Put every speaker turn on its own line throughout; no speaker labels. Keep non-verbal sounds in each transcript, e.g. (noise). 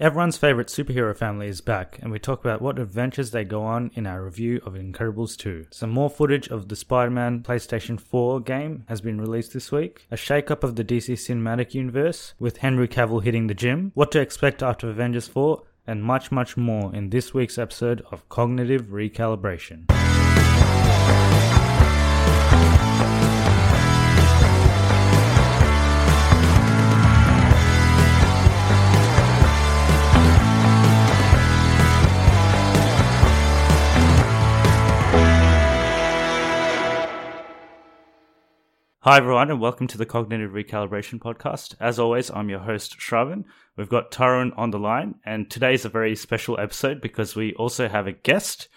Everyone's favorite superhero family is back, and we talk about what adventures they go on in our review of Incredibles 2. Some more footage of the Spider Man PlayStation 4 game has been released this week, a shake up of the DC cinematic universe, with Henry Cavill hitting the gym, what to expect after Avengers 4, and much, much more in this week's episode of Cognitive Recalibration. Hi, everyone, and welcome to the Cognitive Recalibration Podcast. As always, I'm your host, Shravan. We've got Tyrone on the line, and today's a very special episode because we also have a guest.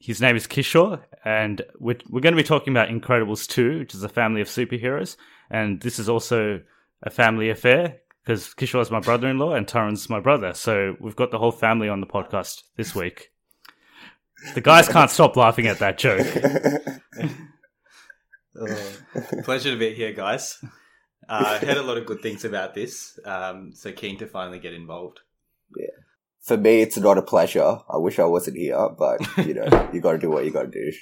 His name is Kishore, and we're, we're going to be talking about Incredibles 2, which is a family of superheroes. And this is also a family affair because Kishore is my brother in law and Tyrone's my brother. So we've got the whole family on the podcast this week. The guys can't stop laughing at that joke.
Uh, Pleasure to be here, guys. Uh, heard a lot of good things about this, um, so keen to finally get involved.
(laughs) for me, it's not a pleasure. I wish I wasn't here, but
(laughs)
you know, you got to do what you got to do.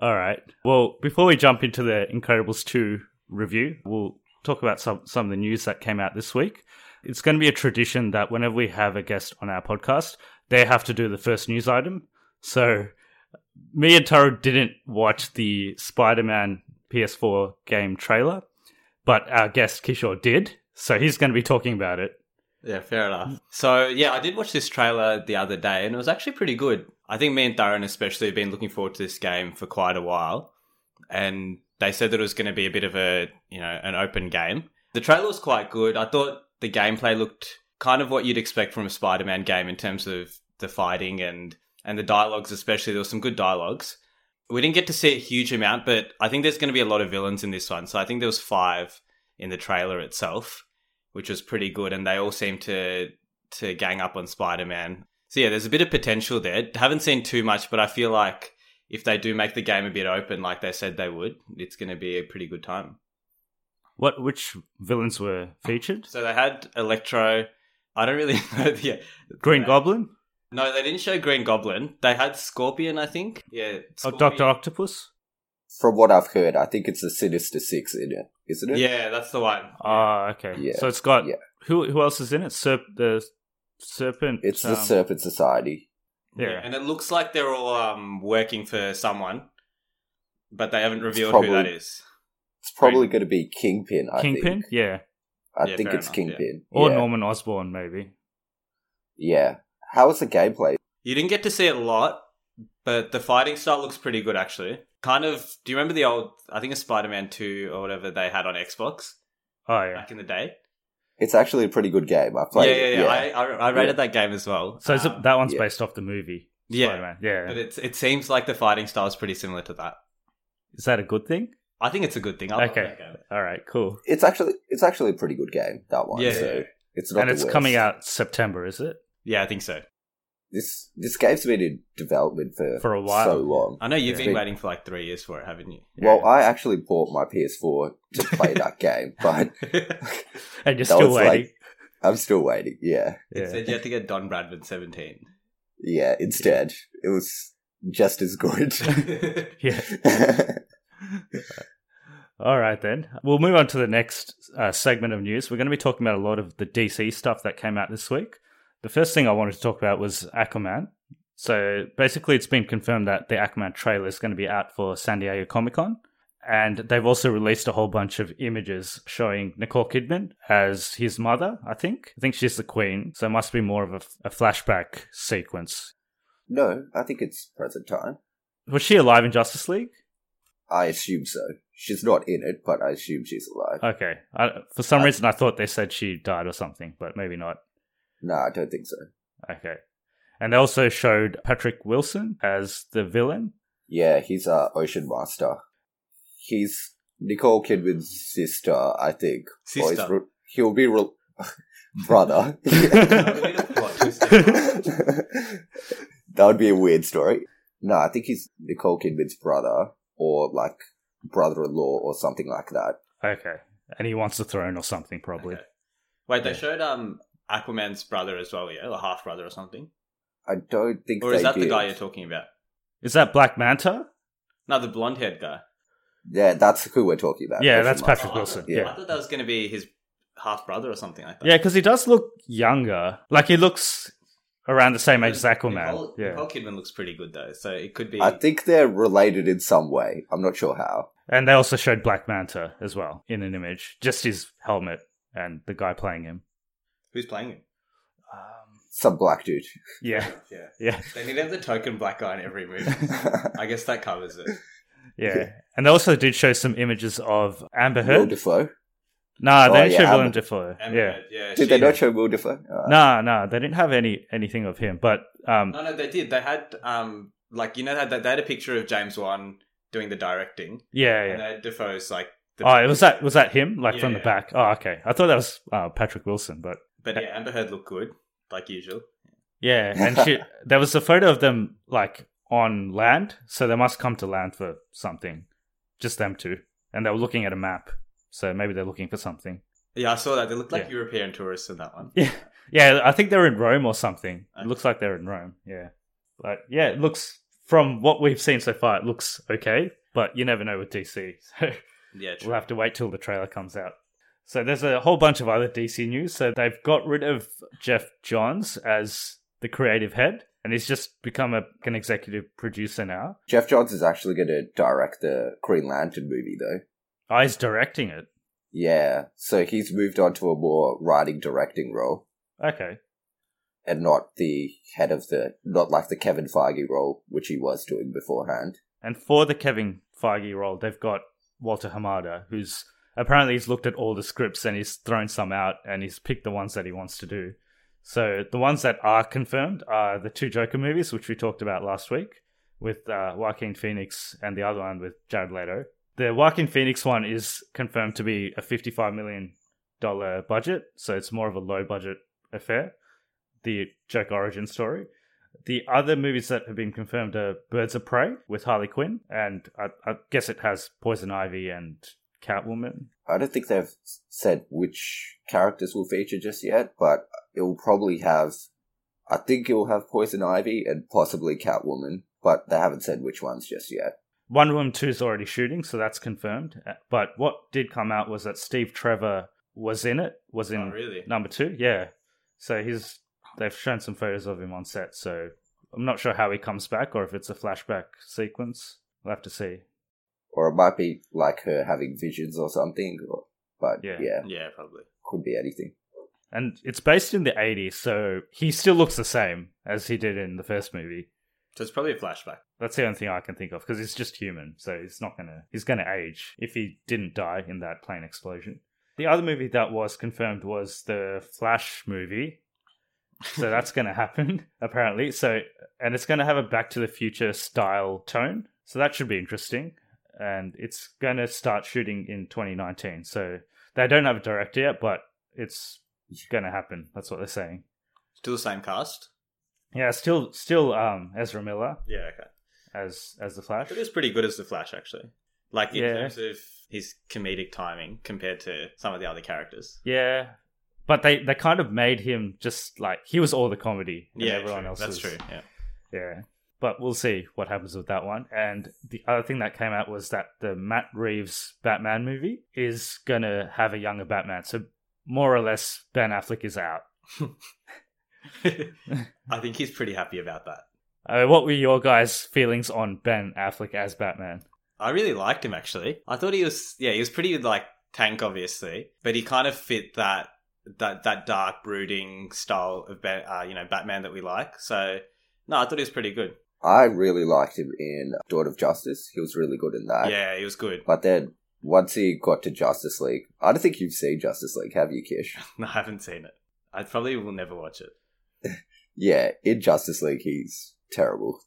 All right. Well, before we jump into the Incredibles 2 review, we'll talk about some, some of the news that came out this week. It's going to be a tradition that whenever we have a guest on our podcast, they have to do the first news item. So, me and Taro didn't watch the Spider Man PS4 game trailer, but our guest Kishore did. So, he's going to be talking about it.
Yeah, fair enough. So, yeah, I did watch this trailer the other day, and it was actually pretty good. I think me and Darren especially have been looking forward to this game for quite a while, and they said that it was going to be a bit of a you know an open game. The trailer was quite good. I thought the gameplay looked kind of what you'd expect from a Spider-Man game in terms of the fighting and and the dialogues, especially. There was some good dialogues. We didn't get to see a huge amount, but I think there's going to be a lot of villains in this one. So I think there was five in the trailer itself which was pretty good, and they all seem to to gang up on Spider Man. So yeah, there's a bit of potential there. Haven't seen too much, but I feel like if they do make the game a bit open, like they said they would, it's going to be a pretty good time.
What Which villains were featured?
So they had Electro. I don't really (laughs) know. The,
Green
uh,
Goblin? Oh,
no, they didn't show Green Goblin. They had Scorpion, I think. Yeah,
Oh,
Scorpion.
Dr. Octopus?
From what I've heard, I think it's the Sinister Six in it, isn't it?
Yeah, that's the one.
Ah, okay.
Yeah,
So it's got
yeah.
who? Who else is in it? Serp the serpent.
it's
um,
the Serpent Society.
Yeah.
and it looks like they're all um, working for someone, but they haven't revealed
probably-
who that is.
It's probably going to be Kingpin. I
Kingpin.
think.
Yeah,
I
Yeah,
think
fair
it's
enough, yeah.
Kingpin.
or
yeah.
Norman Osborn maybe.
Yeah. How is the gameplay?
You didn't get to see it a lot, but the fighting style looks pretty good actually. Kind of. Do you remember the old? I think it's Spider Man Two or whatever they had on Xbox
Oh yeah.
back in the day.
It's actually a pretty good game. I played.
yeah,
it,
yeah, yeah. I, I, I rated that game as well.
So it's,
Um,
that one's
yeah.
based off the movie.
Yeah.
Spider-Man. yeah.
but it's it seems like the fighting style is pretty similar to that.
Is that a good thing?
I think it's a good thing. I love
Okay.
that game.
All right, cool.
It's actually it's actually a pretty good game. That one.
Yeah,
so
yeah.
it's not.
And
the
it's
worst.
coming out September, is it? (laughs)
Yeah, I think so.
This this game's been in development for
For a while.
so long.
I know you've
Yeah.
been waiting for like three years for it, haven't (laughs) you?
Well, I actually bought my PS4 to
(laughs)
play that game, but
and you're
That
still
was
waiting.
like- I'm still waiting. Yeah,
It
yeah.
said you had to get Don Bradman (laughs) 17.
yeah. Instead, it was just as good. (laughs)
yeah. All right, then. We'll move on to the next uh, segment of news. We're going to be talking about a lot of the DC stuff that came out this week. The first thing I wanted to talk about was Aquaman. So basically, it's been confirmed that the Aquaman trailer is going to be out for San Diego Comic Con. And they've also released a whole bunch of images showing Nicole Kidman as his mother, I think. I think she's the queen. So it must be more of a, a flashback sequence.
no, I think it's present time.
Was she alive in Justice League?
I assume so. She's not in it, but I assume she's alive.
Okay. I, for some
Uh,
reason, I thought they said she died or something, but maybe not.
no, I don't think so.
Okay. And they also showed Patrick Wilson as the villain.
Yeah, he's uh, Ocean Master. He's Nicole Kidman's sister, I think. Or he's
Sister.
re- he'll be re- (laughs)
(laughs)
brother. (laughs) that would be a weird story. No, I think he's Nicole Kidman's brother, or like brother-in-law, or something like that.
Okay. And he wants the throne or something, probably.
Okay. Wait, they
Yeah.
showed um Aquaman's brother as well, yeah, or half brother or something.
I don't think.
Or is
they
that the
did.
guy you're talking about?
Is that Black Manta?
No, the blonde haired guy.
Yeah, that's who we're talking about.
yeah,
Ocean
that's
Master.
Patrick
Oh, I
Wilson.
thought-
Yeah.
I thought that was going to be his half brother or something like that.
Yeah, because he does look younger. Like, he looks around the same age as Aquaman.
Nicole,
yeah.
Nicole Kidman looks pretty good though, so it could be.
I think they're related in some way. I'm not sure how.
And they also showed Black Manta as well in an image. Just his helmet and the guy playing him.
who's playing him?
Um,
Some black dude.
yeah. (laughs)
Yeah,
Yeah.
they need to have the token black guy in
(laughs)
every movie. I guess that covers it.
Yeah. And they also did show some images of Amber
Will
Heard.
Defoe.
Nah, they
Oh,
didn't
yeah,
show Willem
Amber-
Dafoe.
And,
Yeah.
uh, yeah.
Did
she-
they not show Will Defoe? Uh,
Nah, nah, they didn't have any anything of him. But um,
No, no, they did. They had um, like you know, they had, they had a picture of James Wan doing the directing,
yeah,
and
yeah.
then Defoe's like. The,
Oh, was that was that him? Like from
Yeah,
the
yeah.
back? Oh, okay. I thought that was uh, Patrick Wilson, but
But yeah, Amber Heard looked good, like usual.
yeah. (laughs) And she, there was a photo of them like on land, so they must come to land for something. Just them two, and they were looking at a map, so maybe they're looking for something.
Yeah, I saw that. They looked like
Yeah.
European tourists in that one.
(laughs) Yeah, yeah. I think they're in Rome or something. It
Okay.
looks like they're in Rome. Yeah, but yeah, it looks from what we've seen so far, it looks okay. But you never know with DC. (laughs) So.
Yeah, true.
We'll have to wait till the trailer comes out. So there's a whole bunch of other DC news. So they've got rid of Jeff Johns as the creative head, and he's just become a, an executive producer now.
Jeff Johns is actually going to direct the Green Lantern movie, though.
Oh, he's directing it.
Yeah, so he's moved on to a more writing directing role,
Okay.
and not the head of the, not like the Kevin Feige role which he was doing beforehand.
And for the Kevin Feige role, they've got Walter Hamada, who's apparently he's looked at all the scripts and he's thrown some out and he's picked the ones that he wants to do. So the ones that are confirmed are the two Joker movies, which we talked about last week with uh, Joaquin Phoenix, and the other one with Jared Leto. The Joaquin Phoenix one is confirmed to be a $55 million budget, so it's more of a low budget affair. The Joker origin story. The other movies that have been confirmed are Birds of Prey with Harley Quinn, and I, I guess it has Poison Ivy and Catwoman.
I don't think they've said which characters will feature just yet, but it will probably have, I think it will have Poison Ivy and possibly Catwoman, but they haven't said which ones just yet.
Wonder Woman 2 is already shooting, so that's confirmed. Uh, But what did come out was that Steve Trevor was in it, was in
Oh, really?
number two, yeah. So he's they've shown some photos of him on set, so I'm not sure how he comes back or if it's a flashback sequence. We'll have to see.
Or it might be like her having visions or something, or, but
Yeah.
yeah,
Yeah, probably.
could be anything.
And it's based in the 80s, so he still looks the same as he did in the first movie.
So it's probably a flashback.
That's the only thing I can think of because he's just human, so he's not gonna he's gonna age if he didn't die in that plane explosion. The other movie that was confirmed was the Flash movie, so that's
(laughs)
gonna happen apparently. So and it's gonna have a Back to the Future style tone, so that should be interesting. And it's gonna start shooting in 2019, so they don't have a director yet, but it's gonna happen. That's what they're saying.
Still the same cast.
Yeah, still, still um, Ezra Miller
Yeah, okay.
as as the Flash.
It is pretty good as the Flash, actually. Like in
Yeah.
terms of his comedic timing compared to some of the other characters.
Yeah, but they they kind of made him just like he was all the comedy. and
Yeah,
everyone
true.
else.
That's
was-
true. Yeah.
Yeah, but we'll see what happens with that one. And the other thing that came out was that the Matt Reeves Batman movie is gonna have a younger Batman. So more or less, Ben Affleck is out.
(laughs) I think he's pretty happy about that.
Uh, what were your guys' feelings on Ben Affleck as Batman?
I really liked him actually. I thought he was yeah, he was pretty like tank obviously, but he kind of fit that that that dark brooding style of Ba- uh, you know Batman that we like. So no, I thought he was pretty good.
I really liked him in Dawn of Justice. He was really good in that.
yeah, he was good. (laughs)
But then once he got to Justice League, I don't think you've seen Justice League, have you, Kish?
No, I haven't seen it. I probably will never watch it.
(laughs) Yeah, in Justice League, he's terrible.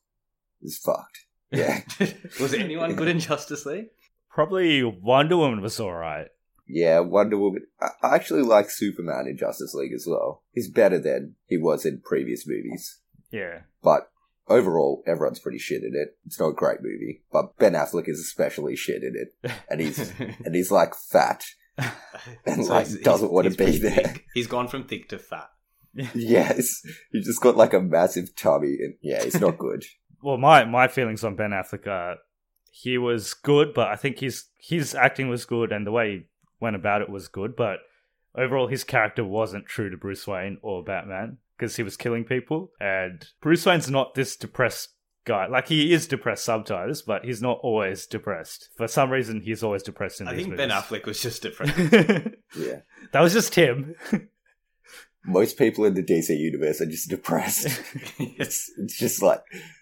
He's (laughs) fucked. Yeah,
(laughs) was anyone good in Justice League?
Probably Wonder Woman was all right.
yeah. Wonder Woman. I I actually like Superman in Justice League as well. He's better than he was in previous movies.
Yeah,
But overall, everyone's pretty shit in it. It's not a great movie, but Ben Affleck is especially shit in it, and (laughs) he's and he's (laughs) like fat. (laughs) And, like, doesn't wanna be
pretty
there.
thick. He's gone from thick to fat.
Yes, he just got like a massive tummy, and yeah, it's not (laughs) good.
well my my feelings on Ben Affleck are he was good, but I think his his acting was good and the way he went about it was good, but overall his character wasn't true to Bruce Wayne or Batman because he was killing people and Bruce Wayne's not this depressed guy. Like he is depressed sometimes, but he's not always depressed. For some reason he's always depressed in
I
these
think
movies.
Ben Affleck was just different.
(laughs) Affleck
Yeah,
That was just him. (laughs)
most people in the DC universe are
(laughs)
just depressed. It's, it's just like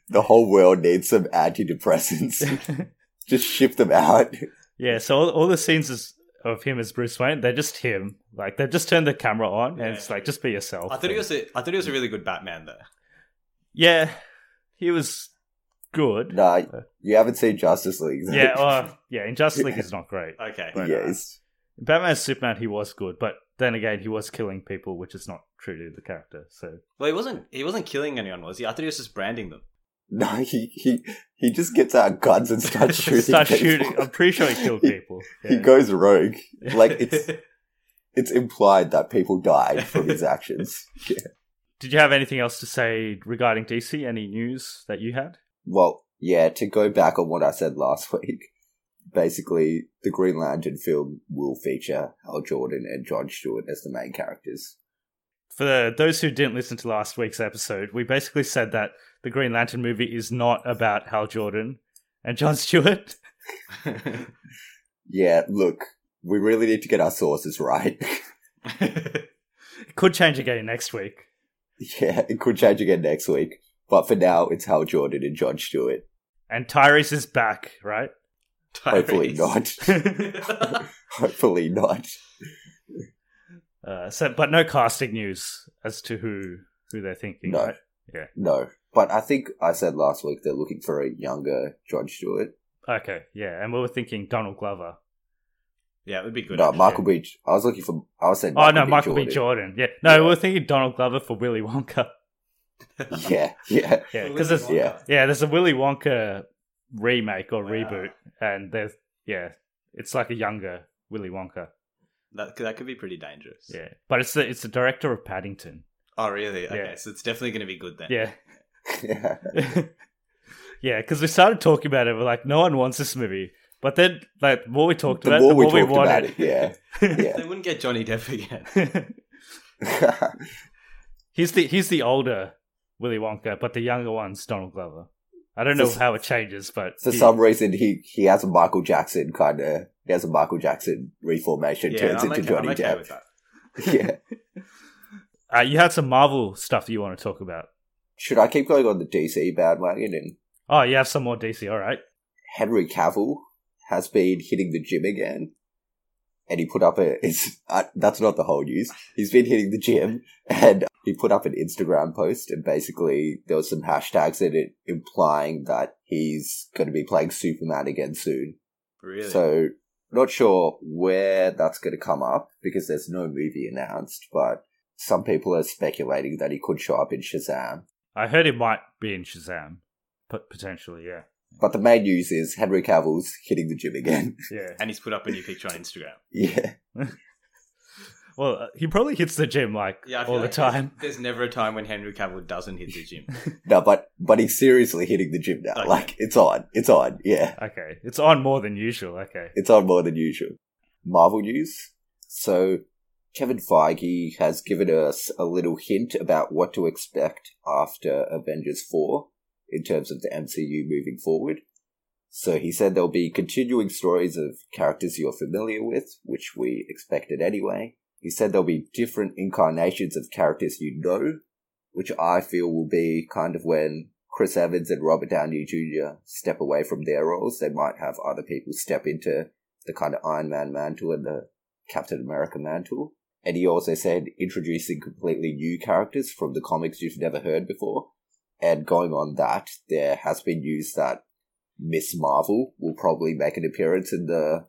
the whole world needs some antidepressants.
(laughs)
just shift them out.
Yeah, so all, all the scenes is, of him as Bruce Wayne, they're just him. Like they just turned the camera on,
Yeah.
and it's like just be yourself.
I thought he
And-
was a, I thought he was a really good Batman though.
Yeah, he was good.
Nah, you haven't seen Justice League. though.
Yeah,
(laughs)
uh, yeah. In Justice League, he's not great.
Okay.
yeah, it's,
Batman Superman, he was good, but then again, he was killing people, which is not true to the character. So
Well, he wasn't. He wasn't killing anyone, was he? I thought he was just branding them.
no, he, he he just gets out guns
(laughs)
and starts shooting.
start
people.
shooting. I'm pretty sure he killed people.
He
Yeah. (laughs)
goes rogue. Like
(laughs)
it's it's implied that people died from his actions. Yeah.
Did you have anything else to say regarding DC? Any news that you had?
Well, yeah, to go back on what I said last (laughs) week, basically the Green Lantern film will feature Hal Jordan and John Stewart as the main characters.
For those who didn't listen to last week's episode, we basically said that the Green Lantern movie is not about Hal Jordan and John (laughs) Stewart.
Yeah, look, we really need to get our sources (laughs) right.
Could change again next week.
yeah, it could change again next week. But for now, it's Hal Jordan and John Stewart. (laughs)
And Tyrese is back, right?
Hopefully not. Hopefully not.
Uh, so, but no casting news as to who who they're thinking.
No.
Right? Yeah.
No. But I think I said last week they're looking for a younger John Stewart.
Okay. Yeah, and we were thinking Donald Glover.
(laughs) yeah, it would be good.
no,
actually.
Michael B. I was looking for. I was saying.
oh no, Michael B. Jordan. Yeah. No, we were thinking Donald Glover for Willy Wonka. (laughs)
Yeah, (laughs) yeah,
Yeah, because there's
yeah.
yeah, there's a Willy Wonka remake or
Wow.
reboot, and there's yeah, it's like a younger Willy Wonka.
that could- that could be pretty dangerous.
Yeah, but it's the it's the director of Paddington.
Oh, really? Okay,
Yeah.
so it's definitely going to be good then.
Yeah. (laughs)
yeah.
yeah, because we started talking about it. We're like, no one wants this movie. But then, like, the more we talked
The
about
more
it, the
we
more we
talked about
wanted.
it,
They wouldn't get Johnny Depp
(laughs)
again.
yeah.
he's the he's the older Willy Wonka, but the younger one's Donald Glover. I don't know
For s-
how it changes,
(laughs)
but
For
he-
some reason, he he has a Michael Jackson kind of. He has a Michael Jackson reformation.
yeah,
turns
I'm
into
okay,
Johnny
I'm okay
Depp.
with that.
(laughs) Yeah.
uh, you had some Marvel stuff that you want to talk about.
Should I keep going on the DC bandwagon? And
Oh, you have some more DC, all right?
Henry Cavill has been hitting the gym again, and he put up a. It's uh, that's not the whole news. He's been hitting the gym, and he put up an Instagram post, and basically there was some hashtags in it implying that he's going to be playing Superman again soon.
Really?
So not sure where that's going to come up because there's no movie announced, but some people are speculating that he could show up in Shazam.
I heard it might be in Shazam, but potentially, yeah,
But the main news is Henry Cavill's hitting the gym again. (laughs)
yeah.
And he's put up a new picture on Instagram.
yeah.
Well, uh, he probably hits the gym like
Yeah, I feel
all the
like there's-
time. (laughs)
There's, never a time when Henry Cavill doesn't hit the gym.
No, but but he's seriously hitting the gym now.
Okay.
Like it's on. It's on. Yeah.
Okay, it's on more than usual. Okay,
It's on more than usual. Marvel news. So Kevin Feige has given us a little hint about what to expect after Avengers 4 in terms of the MCU moving forward. So he said there'll be continuing stories of characters you're familiar with, which we expected anyway. He said there'll be different incarnations of characters you know, which I feel will be kind of when Chris Evans and Robert Downey Jr. step away from their roles. They might have other people step into the kind of Iron Man mantle and the Captain America mantle. And he also said introducing completely new characters from the comics you've never heard before. And going on that, there has been news that Miss Marvel will probably make an appearance in the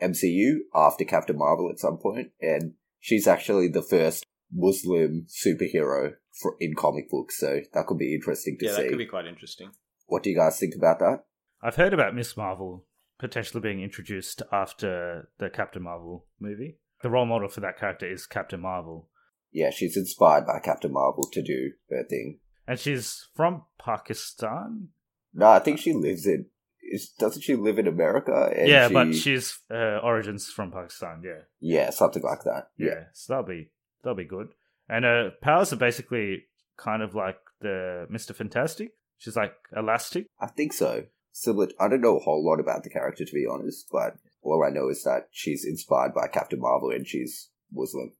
MCU after Captain Marvel at some point, and she's actually the first Muslim superhero for, in comic books, so that could be interesting to
yeah,
see.
that could be quite interesting.
What do you guys think about that?
I've heard about Miss Marvel potentially being introduced after the Captain Marvel movie. The role model for that character is Captain Marvel,
Yeah, she's inspired by Captain Marvel to do her thing.
and she's from Pakistan.
No, I think she lives in. Is, doesn't she live in America? And
yeah, but she's uh, origins from Pakistan. Yeah.
Yeah, something like that.
yeah. so that'll be that'll be good. And her powers are basically kind of like the Mister Fantastic. She's like elastic.
I think so. Similar. I don't know a whole lot about the character to be honest, but all I know is that she's inspired by Captain Marvel and she's Muslim.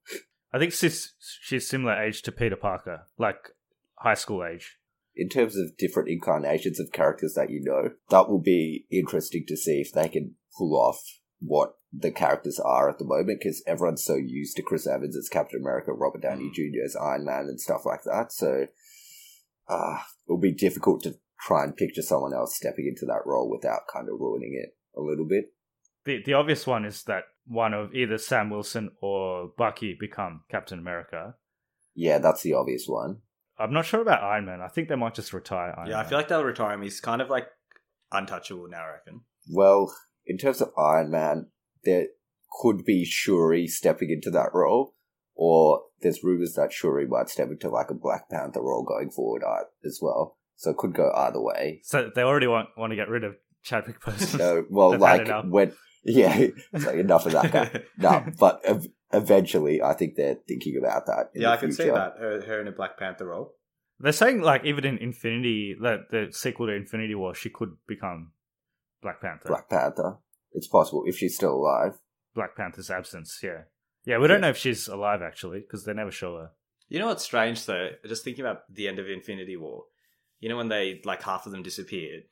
I think she's she's similar age to Peter Parker, like high school age.
In terms of different incarnations of characters that you know, that will be interesting to see if they can pull off what the characters are at the moment because everyone's so used to Chris Evans as Captain America, Robert Downey Jr. as Iron Man, and stuff like that. So uh, it'll be difficult to try and picture someone else stepping into that role without kind of ruining it a little bit.
The the obvious one is that one of either Sam Wilson or Bucky become Captain America.
Yeah, that's the obvious one.
I'm not sure about Iron Man. I think they might just retire Iron
yeah, I
Man.
feel like they'll retire him. He's kind of like untouchable now, I reckon.
Well, in terms of Iron Man, there could be Shuri stepping into that role, or there's rumors that Shuri might step into like a Black Panther role going forward uh, as well. So it could go either way.
so they already want want to get rid of Chadwick (laughs) Boseman.
No,
(laughs)
well,
They've had
like
enough.
when yeah, it's like enough of that
(laughs)
guy. no, but ev- eventually, I think they're thinking about that. in
yeah,
the
I can see
future.
that. Her, her in a Black Panther role.
They're saying like even in Infinity, that the sequel to Infinity War, she could become Black Panther.
Black Panther. It's possible if she's still alive.
Black Panther's absence. Yeah, yeah. We don't
Yeah.
know if she's alive actually because they never show her.
You know what's strange though? Just thinking about the end of Infinity War. You know when they like half of them disappeared.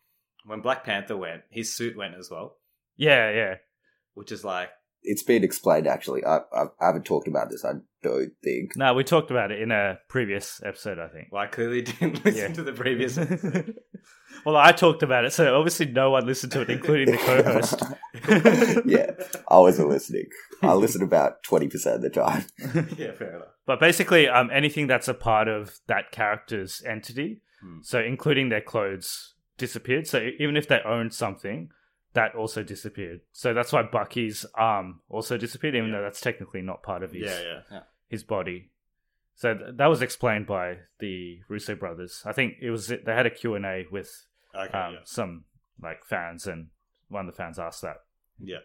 When Black Panther went, his suit went as well,
Yeah, yeah.
which is like
It's been explained actually. I, I, I haven't talked about this. I don't think.
No, we talked about it in a previous episode, I think.
well, I clearly (laughs) didn't listen
Yeah.
to the previous. episode.
Well, I talked about it, so obviously no one listened to it, including
(laughs)
the co-host.
yeah, I wasn't listening. I listen about twenty percent of the time.
yeah, fair enough.
But basically, um, anything that's a part of that character's entity,
Hmm.
so including their clothes, disappeared. So e-, even if they owned something, that also disappeared. So that's why Bucky's arm also disappeared, even
Yeah.
though that's technically not part of his
Yeah, yeah, yeah.
his body. So th- that was explained by the Russo brothers. I think it was they had a Q and A with
Okay,
um,
yeah,
some like fans, and one of the fans asked that.
yeah,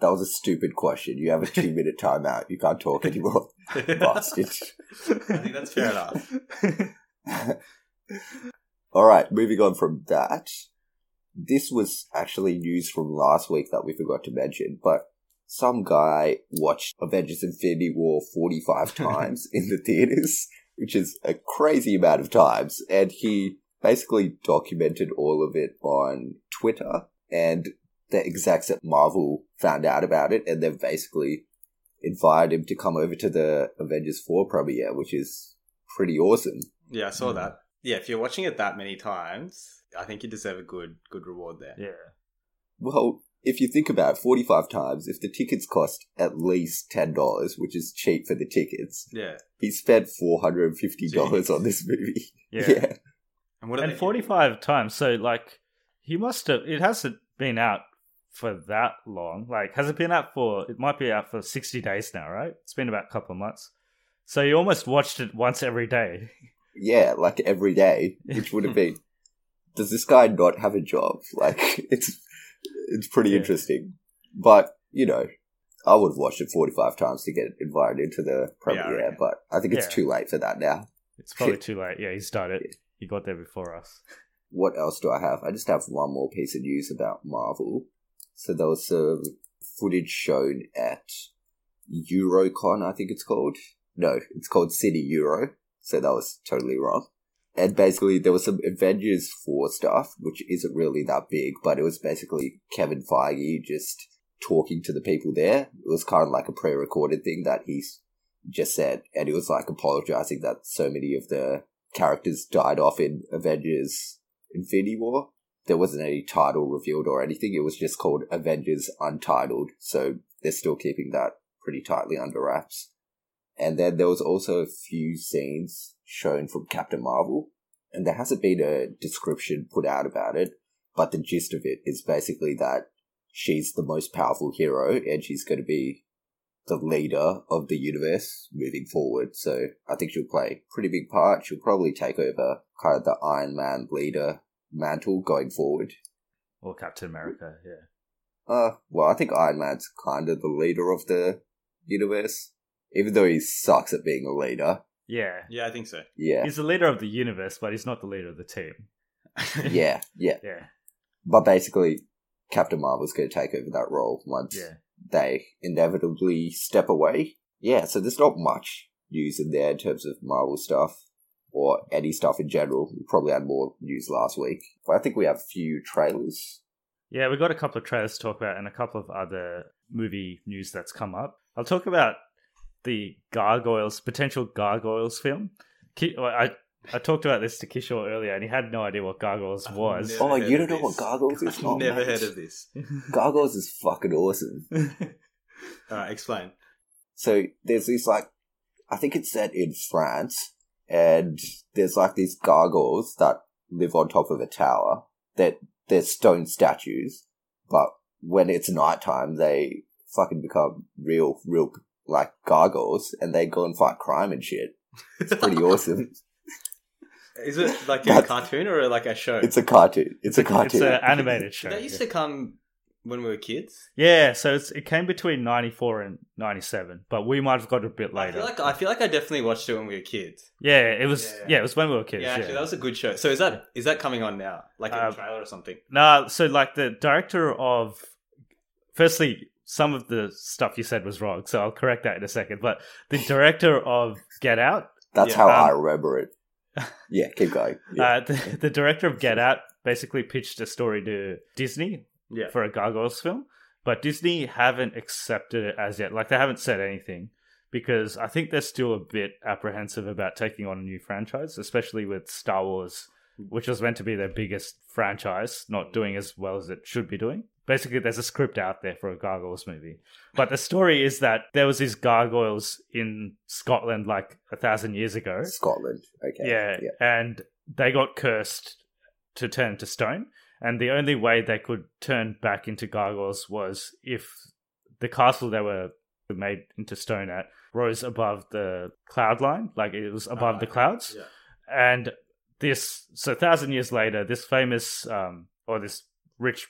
That was a stupid question. You have a two-minute timeout. You can't talk anymore,
yeah.
bastard.
(laughs) I think that's fair enough.
(laughs) All right, moving on from that. This was actually news from last week that we forgot to mention, but some guy watched Avengers: Infinity War forty-five times in the theaters, which is a crazy amount of times, and he basically documented all of it on Twitter. And the execs at Marvel found out about it, and they've basically invited him to come over to the Avengers Four premiere, which is pretty awesome.
Yeah, I saw
Mm.
that. Yeah, if you're watching it that many times, I think you deserve a good good reward there.
yeah,
Well, if you think about it, 45 times, if the tickets cost at least $10, which is cheap for the tickets,
Yeah.
he spent $450 on this movie. (laughs)
Yeah.
And what are
and
they-
45 times. So, like, he must have, it hasn't been out for that long. Like, has it been out for, it might be out for 60 days now, right? It's been about a couple of months. So, you almost watched it once every day. (laughs)
Yeah, like every day, which would have been. Does this guy not have a job? (laughs) Like it's it's pretty
Yeah.
interesting, but you know, I would have watched it forty five times to get invited into the premiere,
reckon.
but I think it's
Yeah.
too late for that now.
It's probably too late. Yeah, he's done it. He got there before us.
What else do I have? I just have one more piece of news about Marvel. So there was some footage shown at Eurocon, I think it's called. No, it's called City Euro. So that was totally wrong. And basically, there was some Avengers 4 stuff, which isn't really that big, but it was basically Kevin Feige just talking to the people there. It was kind of like a pre recorded thing that he s- just said, and it was like apologizing that so many of the characters died off in Avengers Infinity War. There wasn't any title revealed or anything, it was just called Avengers Untitled, so they're still keeping that pretty tightly under wraps. And then there was also a few scenes shown from Captain Marvel, and there hasn't been a description put out about it, but the gist of it is basically that she's the most powerful hero and she's going to be the leader of the universe moving forward. So I think she'll play a pretty big part. She'll probably take over kind of the Iron Man leader mantle going forward.
Or Captain America, yeah.
Uh, well, I think Iron Man's kind of the leader of the universe, even though he sucks at being a leader.
Yeah.
Yeah, I think so. (laughs)
Yeah,
He's the leader of the universe, but he's not the leader of the team.
yeah, yeah.
(laughs) Yeah.
But basically, Captain Marvel's going to take over that role once
Yeah.
they inevitably step away. Yeah, so there's not much news in there in terms of Marvel stuff or any stuff in general. We probably had more news last week, but I think we have a few trailers.
Yeah, we got a couple of trailers to talk about and a couple of other movie news that's come up. I'll talk about the Gargoyles, potential Gargoyles film. Ki- well, I, I talked about this to Kishore earlier and he had no idea what Gargoyles
I've
was.
never
Oh,
heard
you
of
don't know what
this.
Gargoyles is?
I've
Oh,
(laughs) never
mate.
heard
(laughs)
of this.
Gargoyles is fucking awesome.
All right, explain.
So there's these like, I think it's set in France, and there's like these gargoyles that live on top of a tower. That they're, stone statues, but when it's nighttime, they fucking become real, real like gargoyles, and they go and fight crime and shit. It's pretty awesome.
(laughs) Is it like a
That's-
cartoon or like a show?
It's a cartoon. It's a
it's
cartoon.
an (laughs) animated show.
That used to come when we were kids.
Yeah, so it's, it came between 94 and 97, but we might have got it a bit
I
later.
feel like I feel like I definitely watched it when we were kids.
yeah, it was yeah,
Yeah.
it was when we were kids.
yeah,
Yeah,
actually, that was a good show. So is that is that coming on now, like a
Uh,
trailer or something?
Nah, so like the director of firstly, some of the stuff you said was wrong, so I'll correct that in a second. But the director of Get Out,
That's
Yeah,
how I
um,
remember it. Yeah, keep going. Yeah.
uh, the, the director of Get Out basically pitched a story to Disney
Yeah.
for a Gargoyles film, but Disney haven't accepted it as yet. Like they haven't said anything because I think they're still a bit apprehensive about taking on a new franchise, especially with Star Wars, which was meant to be their biggest franchise, not doing as well as it should be doing. Basically, there's a script out there for a Gargoyles movie. But the story is that there was these gargoyles in Scotland like a thousand years ago.
Scotland. Okay.
Uh, Yeah,
yeah.
and they got cursed to turn to stone, and the only way they could turn back into gargoyles was if the castle they were made into stone at rose above the cloud line, like it was above
Ah,
the
okay.
clouds.
Yeah.
And this, so a thousand years later, this famous um, or this rich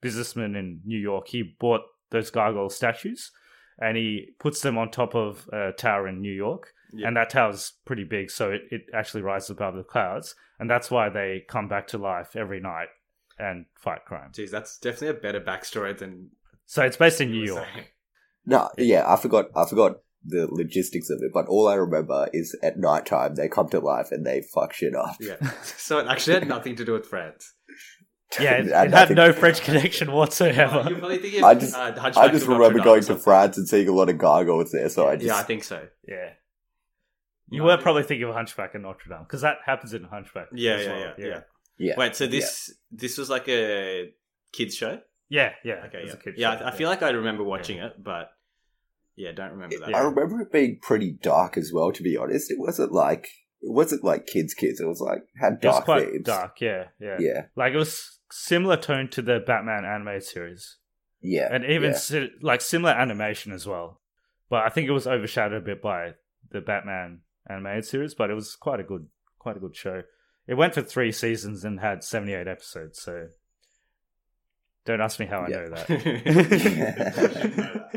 businessman in New York, he bought those gargoyle statues and he puts them on top of a tower in New York
Yeah.
and that tower's pretty big, so it, it actually rises above the clouds, and that's why they come back to life every night and fight crime.
Jeez, that's definitely a better backstory than
So it's based in
you
New
were
York.
saying.
No, yeah, I forgot. I forgot the logistics of it, but all I remember is at night time they come to life and they fuck shit up.
(laughs) Yeah. So it actually had nothing to do with (laughs) France.
Yeah,
(laughs)
it,
And
it
I
had
think-
no French connection
Oh, you're
(laughs) whatsoever.
probably thinking.
I just-
uh,
I
Hunchback
just
of Notre
remember
Dame or
going to
something.
France and seeing a lot of gargoyles there, so I just
Yeah, I think so.
Yeah. You
No, I
were
think-
probably thinking of Hunchback in Notre Dame, because that happens in Hunchback.
Yeah,
as
yeah,
well.
yeah, yeah.
yeah.
Wait, so this this was like a kids show?
Yeah, yeah.
Okay,
as
yeah.
a kid
yeah,
show,
I, I feel like I remember watching it, but yeah, don't remember that.
I remember it being pretty dark as well. To be honest, it wasn't like it wasn't like kids' kids. It was like had
it was
dark
quite
themes.
dark. Yeah, yeah,
Yeah,
Like it was similar tone to the Batman animated series,
yeah,
and even
yeah.
si- like similar animation as well. But I think it was overshadowed a bit by the Batman animated series. But it was quite a good, quite a good show. It went for three seasons and had seventy-eight episodes. So don't ask me how I
Yeah.
know
(laughs)
that.
(laughs) Yeah.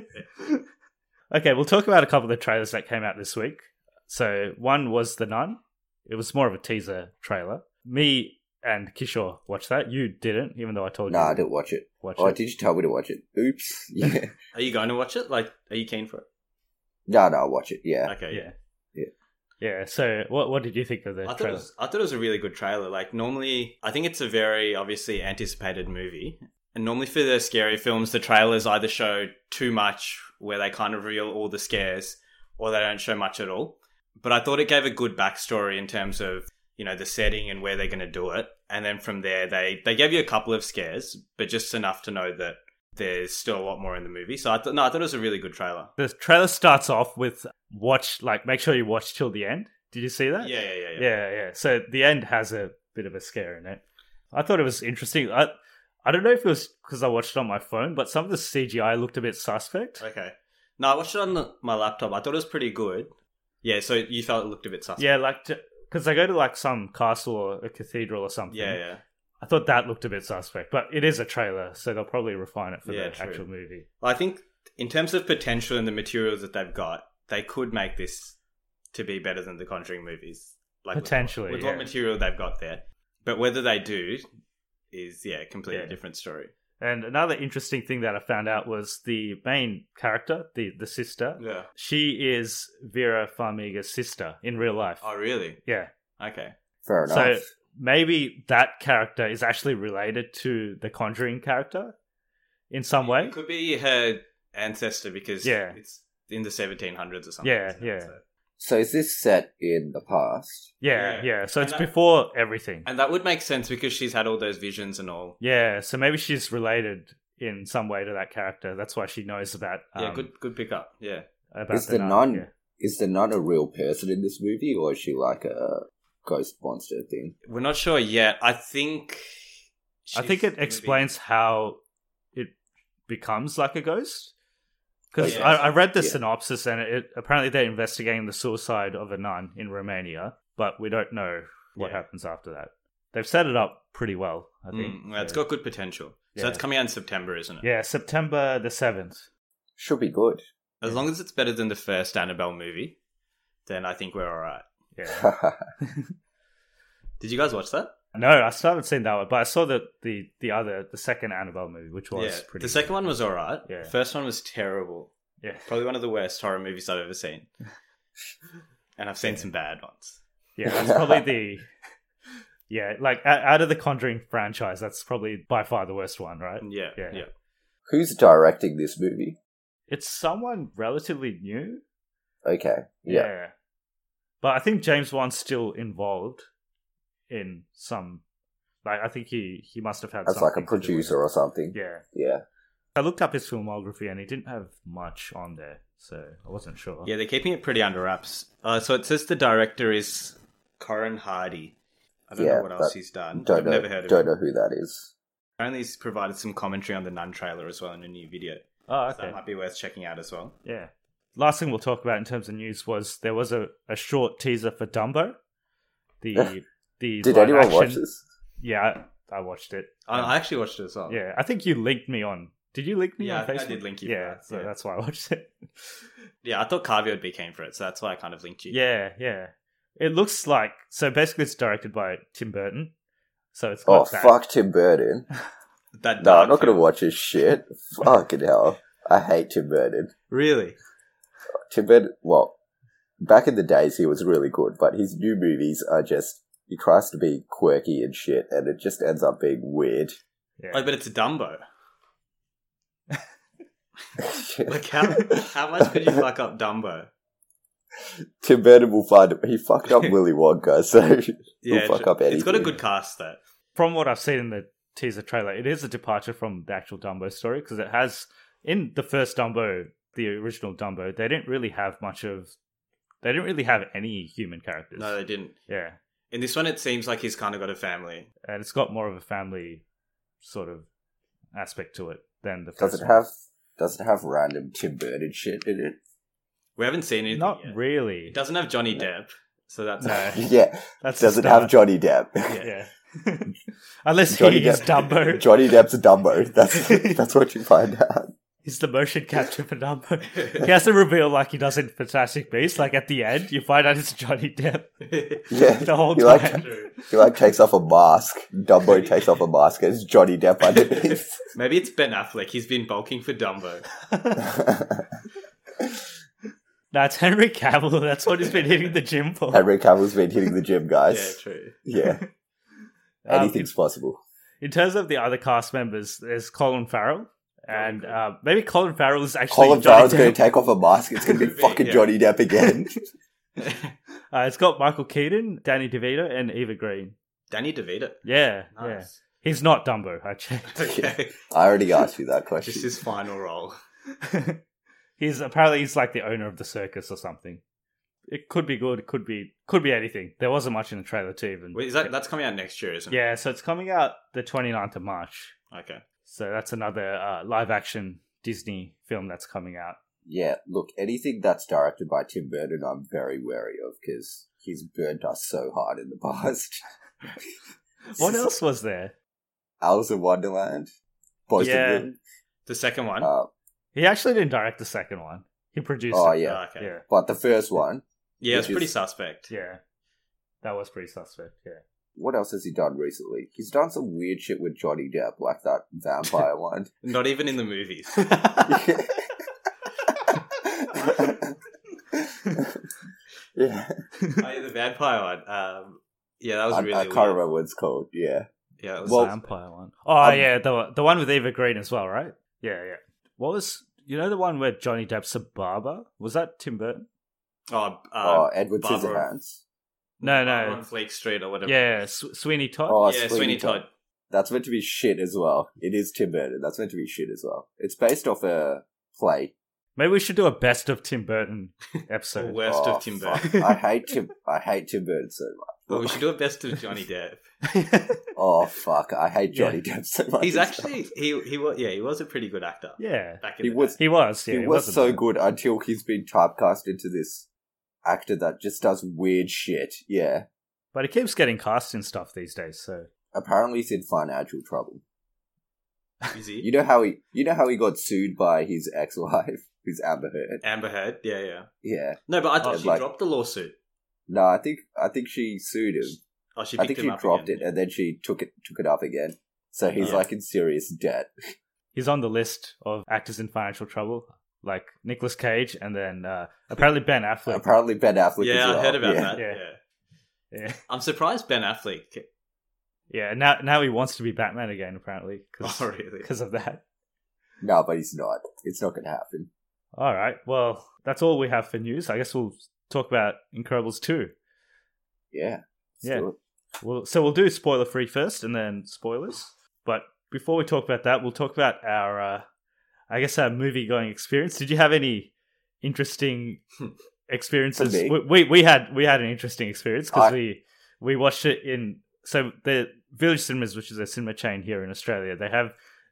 Okay, we'll talk about a couple of the trailers that came out this week. So one was The Nun. It was more of a teaser trailer. Me and Kishore watched that. You didn't, even though I told
Nah,
you.
I didn't watch it.
Watch
Oh,
it.
did you tell me to watch it?
(laughs)
Oops. Yeah.
(laughs) Are you going to watch it? Like, are you keen for it?
no, no, I'll watch it. Yeah.
Okay, yeah.
Yeah. yeah. Yeah. So what what did you think of the
I thought, it
trailer?
was, I thought it was a really good trailer. Like normally, I think it's a very obviously anticipated movie, and normally for the scary films, the trailers either show too much where they kind of reveal all the scares, or they don't show much at all. But I thought it gave a good backstory in terms of you know the setting and where they're going to do it, and then from there they they gave you a couple of scares, but just enough to know that there's still a lot more in the movie. So I thought no, I thought it was a really good trailer.
The trailer starts off with watch like make sure you watch till the end. Did you see that?
Yeah, yeah, yeah, yeah.
yeah, yeah. So the end has a bit of a scare in it. I thought it was interesting. I I don't know if it was because I watched it on my phone, but some of the CGI looked a bit suspect.
Okay. No, I watched it on the, my laptop. I thought it was pretty good. Yeah, so you felt it looked a bit suspect.
Yeah, like because they go to like some castle or a cathedral or something.
Yeah, yeah.
I thought that looked a bit suspect, but it is a trailer, so they'll probably refine it for the
Yeah, true.
actual movie.
Well, I think in terms of potential and the materials that they've got, they could make this to be better than the Conjuring movies. Like with what-
Potentially,
With,
yeah.
what material they've got there. But whether they do is, yeah, a completely
Yeah.
different story.
And another interesting thing that I found out was the main character, the the sister.
Yeah.
She is Vera Farmiga's sister in real life.
Oh, really?
Yeah.
Okay.
Fair
So
enough.
maybe that character is actually related to the Conjuring character in some way.
It could be her ancestor because
Yeah.
it's in the 1700s or something.
Yeah,
isn't it?
yeah.
So-
So, is this set in the past?
Yeah, yeah.
Yeah.
So
And
it's
that-
before everything.
And that would make sense because she's had all those visions and all.
Yeah, so maybe she's related in some way to that character. That's why she knows about. Um,
yeah, good good pickup. Yeah.
About
It's the nun. Is there not a real person in this movie, or is she like a ghost monster thing?
We're not sure yet. I think
I think
she's
it explains how it becomes like a ghost. Because
Okay.
I, I read the
Yeah.
synopsis, and it, apparently they're investigating the suicide of a nun in Romania, but we don't know what
Yeah.
happens after that. They've set it up pretty well, I
maybe-
think.
Mm, well, it's
So-
got good potential.
Yeah.
So it's coming out in September, isn't it?
Yeah, September the seventh.
Should be good. (laughs)
As long as it's better than the first Annabelle movie, then I think we're all right.
(laughs)
Yeah.
Did you guys watch that?
no, I still haven't seen that one, but I saw the the the other the second Annabelle movie, which was pretty.
The second one was all right.
Yeah.
First one was terrible.
(laughs)
yeah.
Probably one of the worst horror movies I've ever seen.
(laughs)
and I've seen some bad ones.
Yeah, that's probably the. Yeah, like o- out of the Conjuring franchise, that's probably by far the worst one, right?
Yeah.
Uh, Yeah.
Yeah.
Who's directing this movie?
It's someone relatively new.
Okay. Yeah.
But I think James Wan's still involved in some. Like, I think he, he must have had
As like a
something to do with
producer
it.
or something.
Yeah.
Yeah.
I looked up his filmography and he didn't have much on there, so I wasn't sure.
Yeah, they're keeping it pretty under wraps. Uh, so it says the director is Corin Hardy. I don't
Yeah,
know what else
that-
he's done.
Don't
I've
know.
never heard of
don't
him.
know who that is.
Apparently, he's provided some commentary on the Nun trailer as well in a new video.
Oh,
So that
okay.
might be worth checking out as well.
Yeah. Last thing we'll talk about in terms of news was there was a, a short teaser for Dumbo. The the
Did
live
anyone watch
action-
this? Oh.
Yeah, I, I watched it.
I, I actually watched it as well.
Yeah, I think you linked me on. Did you link me
Yeah,
on
I think I
Facebook?
did link you for
Yeah,
that,
so
yeah.
that's why I watched it.
Yeah, I thought Carvey would be keen for it, so that's why I kind of linked you.
yeah, yeah. It looks like so. Basically, it's directed by Tim Burton. So it's got
Oh
that.
fuck Tim Burton.
That
No, I'm
dark
not gonna
film.
watch his shit. Fucking hell. I hate Tim Burton.
Really?
Tim Burton well, back in the days he was really good, but his new movies are just he tries to be quirky and shit and it just ends up being weird.
Yeah.
Oh, but it's
(laughs)
a Dumbo. Like, how, how much could you fuck up Dumbo?
Tim Burton will find it.
(laughs)
He fucked up Willy Wonka, so (laughs) he'll fuck
it's-
up anything.
It's got a good cast, though.
From what I've seen in the teaser trailer, it is a departure from the actual Dumbo story because it has in the first Dumbo, the original Dumbo, they didn't really have much of, they didn't really have any human characters.
No, they didn't.
yeah,
In this one, it seems like he's kind of got a family.
and it's got more of a family sort of aspect to it than the first.
Does it
one.
have does it have random Tim Burton shit in it? (laughs)
We haven't seen anything.
Not
yet.
really.
It doesn't have Johnny Depp, so that's uh,
yeah.
That's
does
a
it have
start.
Johnny Depp? (laughs)
Yeah. (laughs) Unless
Johnny
he is
Depp-
Dumbo.
(laughs) Johnny Depp's
(laughs)
a Dumbo. That's that's what you find out. (laughs)
He's the motion capture for Dumbo. He has to reveal like he does in Fantastic Beasts. Like at the end, you find out it's Johnny Depp
Yeah,
the whole
he
time.
like he like takes off a mask. Dumbo
(laughs)
takes off a mask. and It's Johnny Depp underneath.
(laughs) maybe it's Ben Affleck. He's been bulking
(laughs)
for Dumbo.
That's Henry Cavill. That's what he's been hitting the gym for.
Henry Cavill's been hitting the gym,
Yeah,
guys.
true.
Yeah,
(laughs) Um,
anything's possible.
in terms of the other cast members, there's Colin Farrell, and uh, maybe Colin Farrell is actually
Colin
Johnny
Farrell's going
Depp.
to take off a mask.
(laughs)
It's going to be
Could be,
fucking
yeah.
Johnny Depp again.
Uh, it's got Michael Keaton, Danny DeVito, and Eva Green.
Danny DeVito.
Yeah, yeah.
Nice. (laughs)
He's not Dumbo. I checked.
Okay,
I already asked you that
just
question.
his final role.
he's apparently he's like the owner of the circus or something. It could be good. It could be could be anything. There wasn't much in the trailer to even.
Wait, is that that's coming out next year, isn't it?
yeah, so it's coming out the 29th of March.
Okay.
So that's another uh, live action Disney film that's coming out.
Yeah, look, anything that's directed by Tim Burton, I'm very wary of because he's burnt us so hard in the (laughs) past.
What else was there?
Alice in Wonderland, Boys
Yeah.
yeah.
The second one.
uh,
He actually didn't direct the second one. He produced
Oh
it.
yeah,
Oh, okay.
Yeah.
but the first one.
Yeah, it's
Which is-
pretty suspect.
Yeah. That was pretty suspect. Yeah.
What else has he done recently? He's done some weird shit with Johnny Depp, like
(laughs)
that vampire one.
Not even in
(laughs)
the movies.
yeah,
I, the vampire one. Um, yeah, that was
I,
really.
I can't
weird.
remember what it's called. Yeah,
Yeah, that was uh,
Well-
suspect.
Vampire one. Oh yeah, the the one with Eva Green as well, right? Yeah, yeah. What was you know the one where Johnny Depp's a barber? Was that Tim Burton?
oh, um,
oh, Edward
Barbara-
Scissorhands.
No,
Barbara
no.
on Fleet Street or whatever.
Yeah, Sw- Sweeney Todd.
Oh,
yeah, Sweeney Todd.
That's meant to be shit as well. It is Tim Burton. That's meant to be shit as well. It's based off a play.
Maybe we should do a best of Tim
(laughs)
Burton
The
episode.
worst
Oh,
of Tim
fuck.
Burton.
I hate Tim. I hate Tim Burton so much.
Well,
(laughs)
we should do a best of Johnny Depp.
Oh fuck! I hate Johnny Depp so much.
He's actually he he was yeah he was a pretty good actor.
yeah,
Back in
he
the
was
day.
he was. Yeah,
he was
wasn't
so
bad.
good until he's been typecast into this actor that just does weird shit. Yeah.
but he keeps getting cast in stuff these days. So
Apparently he's in financial trouble.
Is he?
You know how he you know how he got sued by his ex wife, (laughs) who's Amber Heard?
Amber Heard. Yeah, yeah.
Yeah.
No, but I thought
Oh,
she
like-
dropped the lawsuit.
No, I think I think she sued him.
Oh, she picked
I think
him
she
up
dropped
again. Oh,
it and then she took it took it up again. So he's
Yeah.
like in serious
(laughs)
debt.
he's on the list of actors in financial trouble, like Nicolas Cage, and then uh, apparently Ben Affleck.
Apparently Ben Affleck
yeah,
as well.
I heard about
Yeah.
that.
Yeah.
Yeah.
(laughs) Yeah,
I'm surprised Ben Affleck.
yeah. Now, now he wants to be Batman again. Apparently, because (laughs)
Oh, really?
of that.
No, but he's not. It's not gonna happen.
All right. Well, that's all we have for news. I guess we'll talk about Incredibles two.
Yeah. Let's
Yeah.
do it.
Well, so we'll do spoiler free first, and then spoilers. But before we talk about that, we'll talk about our, uh, I guess, our movie going experience. Did you have any interesting experiences?
Hmm. For
We,
me?
we we had we had an interesting experience because
I-
we we watched it in so the Village Cinemas, which is a cinema chain here in Australia, they have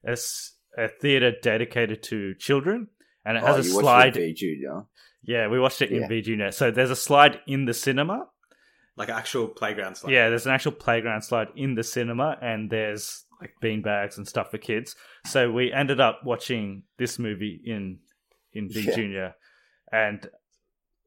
a, s- a theater dedicated to children, and it
Oh,
has
you
a
watched
slide.
with B Junior.
Yeah, we watched it in
Yeah.
VGNet. So there's a slide in the cinema,
Like actual playground slide.
yeah, there's an actual playground slide in the cinema, and there's like bean bags and stuff for kids. So we ended up watching this movie in in V
Yeah.
Junior, and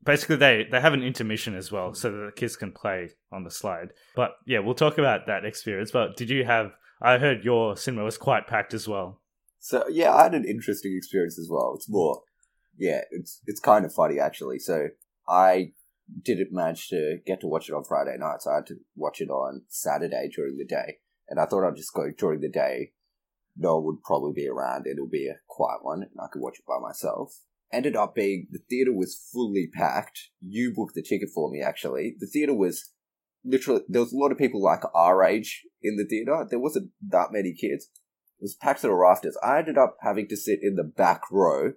basically they they have an intermission as well, so that the kids can play on the slide. But yeah, we'll talk about that experience. But did you have? I heard your cinema was quite packed as well.
So yeah, I had an interesting experience as well. It's more, yeah, it's it's kind of funny actually. So I didn't manage to get to watch it on Friday night, so I had to watch it on Saturday during the day. And I thought I'd just go during the day. No one would probably be around. It'll be a quiet one, and I could watch it by myself. Ended up being the theater was fully packed. You booked the ticket for me actually. The theater was literally there was a lot of people like our age in the theater. There wasn't that many kids. It was packed to the rafters. I ended up having to sit in the back row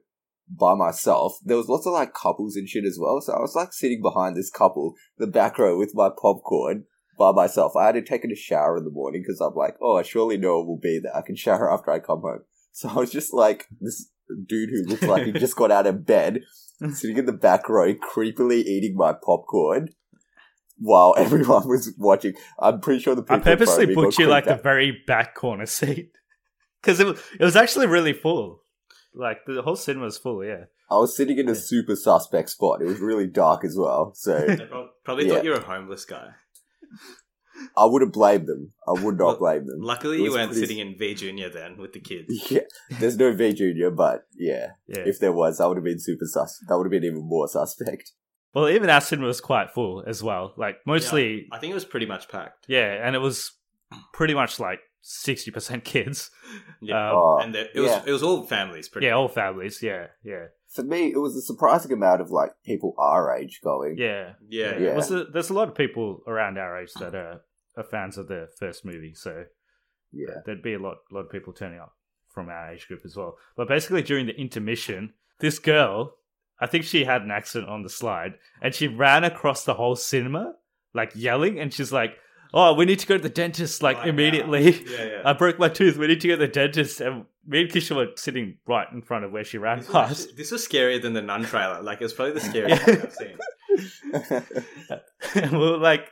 by myself. There was lots of like couples and shit as well. So I was like sitting behind this couple, the back row with my popcorn by myself. I had taken a shower in the morning because I'm like, oh, surely no one will be there. I can shower after I come home. (laughs) So I was just like this dude who looked like he just got out
(laughs)
of bed, sitting in the back row, creepily eating my popcorn while (laughs) everyone was watching. I'm pretty sure the people
I purposely
in front of me
put
got
you like
creeped
the
out.
very back corner seat (laughs) because it, wa- it was actually really full. Like the whole cinema was full. Yeah.
I was sitting in a super suspect spot. It was really dark as well,
(laughs)
so
They prob- probably
Yeah.
thought you were a homeless guy.
I wouldn't blame them. I would not
Well,
blame them.
Luckily,
It
you
was
weren't
pretty-
sitting in V Junior then with the kids.
(laughs) Yeah, there's no V Junior, but yeah,
Yeah.
if there was, that would have been super sus. That would have been even more suspect.
well, even our cinema was quite full as well. Like mostly,
I think it was pretty much packed.
yeah, and it was pretty much like sixty percent kids.
Yeah,
Um,
Oh,
and the, it was
yeah.
it was all families. Pretty
Yeah, all families. Yeah, yeah,
For me, it was a surprising amount of like people our age going.
yeah.
yeah,
Yeah.
Was there- there's a lot of people around our age that are, are fans of the first movie, so
yeah.
there'd be a lot lot of people turning up from our age group as well. But basically, during the intermission, this girl, I think she had an accident on the slide, and she ran across the whole cinema, like yelling, and she's like, "Oh, we need to go to the dentist like
Like,
immediately."
(laughs) Yeah, yeah.
(laughs) I broke my tooth. We need to go to the dentist. And me and Kisha were sitting right in front of where she ran
This was,
past.
actually- this was scarier than the Nun trailer. Like, it was probably the scariest thing I've seen.
and (laughs) we were like,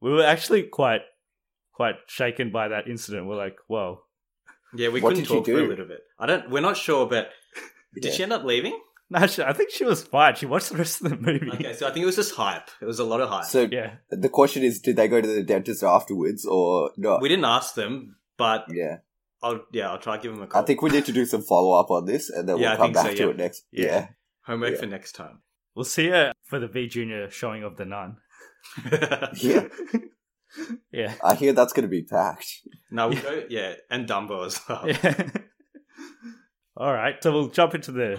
we were actually quite, quite shaken by that incident. We're like, whoa.
Yeah, we
What
couldn't
did you
talk for a
do?
little bit. I don't. We're not sure, but
(laughs)
did
Yeah.
she end up leaving?
No, she, I think she was fine. She watched the rest of the movie.
Okay, so I think it was just hype. It was a lot of
(laughs)
hype.
So
(laughs) Yeah.
the question is, did they go to the dentist afterwards or not?
we didn't ask them, but
yeah,
I'll yeah, I'll try to give them a call.
I think we need to do some follow up on this, and then
Yeah, I
we'll come
think so,
back to
yeah.
it next.
Yeah.
Yeah,
homework
yeah.
for next time.
We'll see her for the V Junior showing of the nun. (laughs)
(laughs)
yeah. (laughs)
Yeah.
I hear that's going to be packed.
no, we go yeah, and Dumbo as well.
yeah. (laughs) All right. So we'll jump into the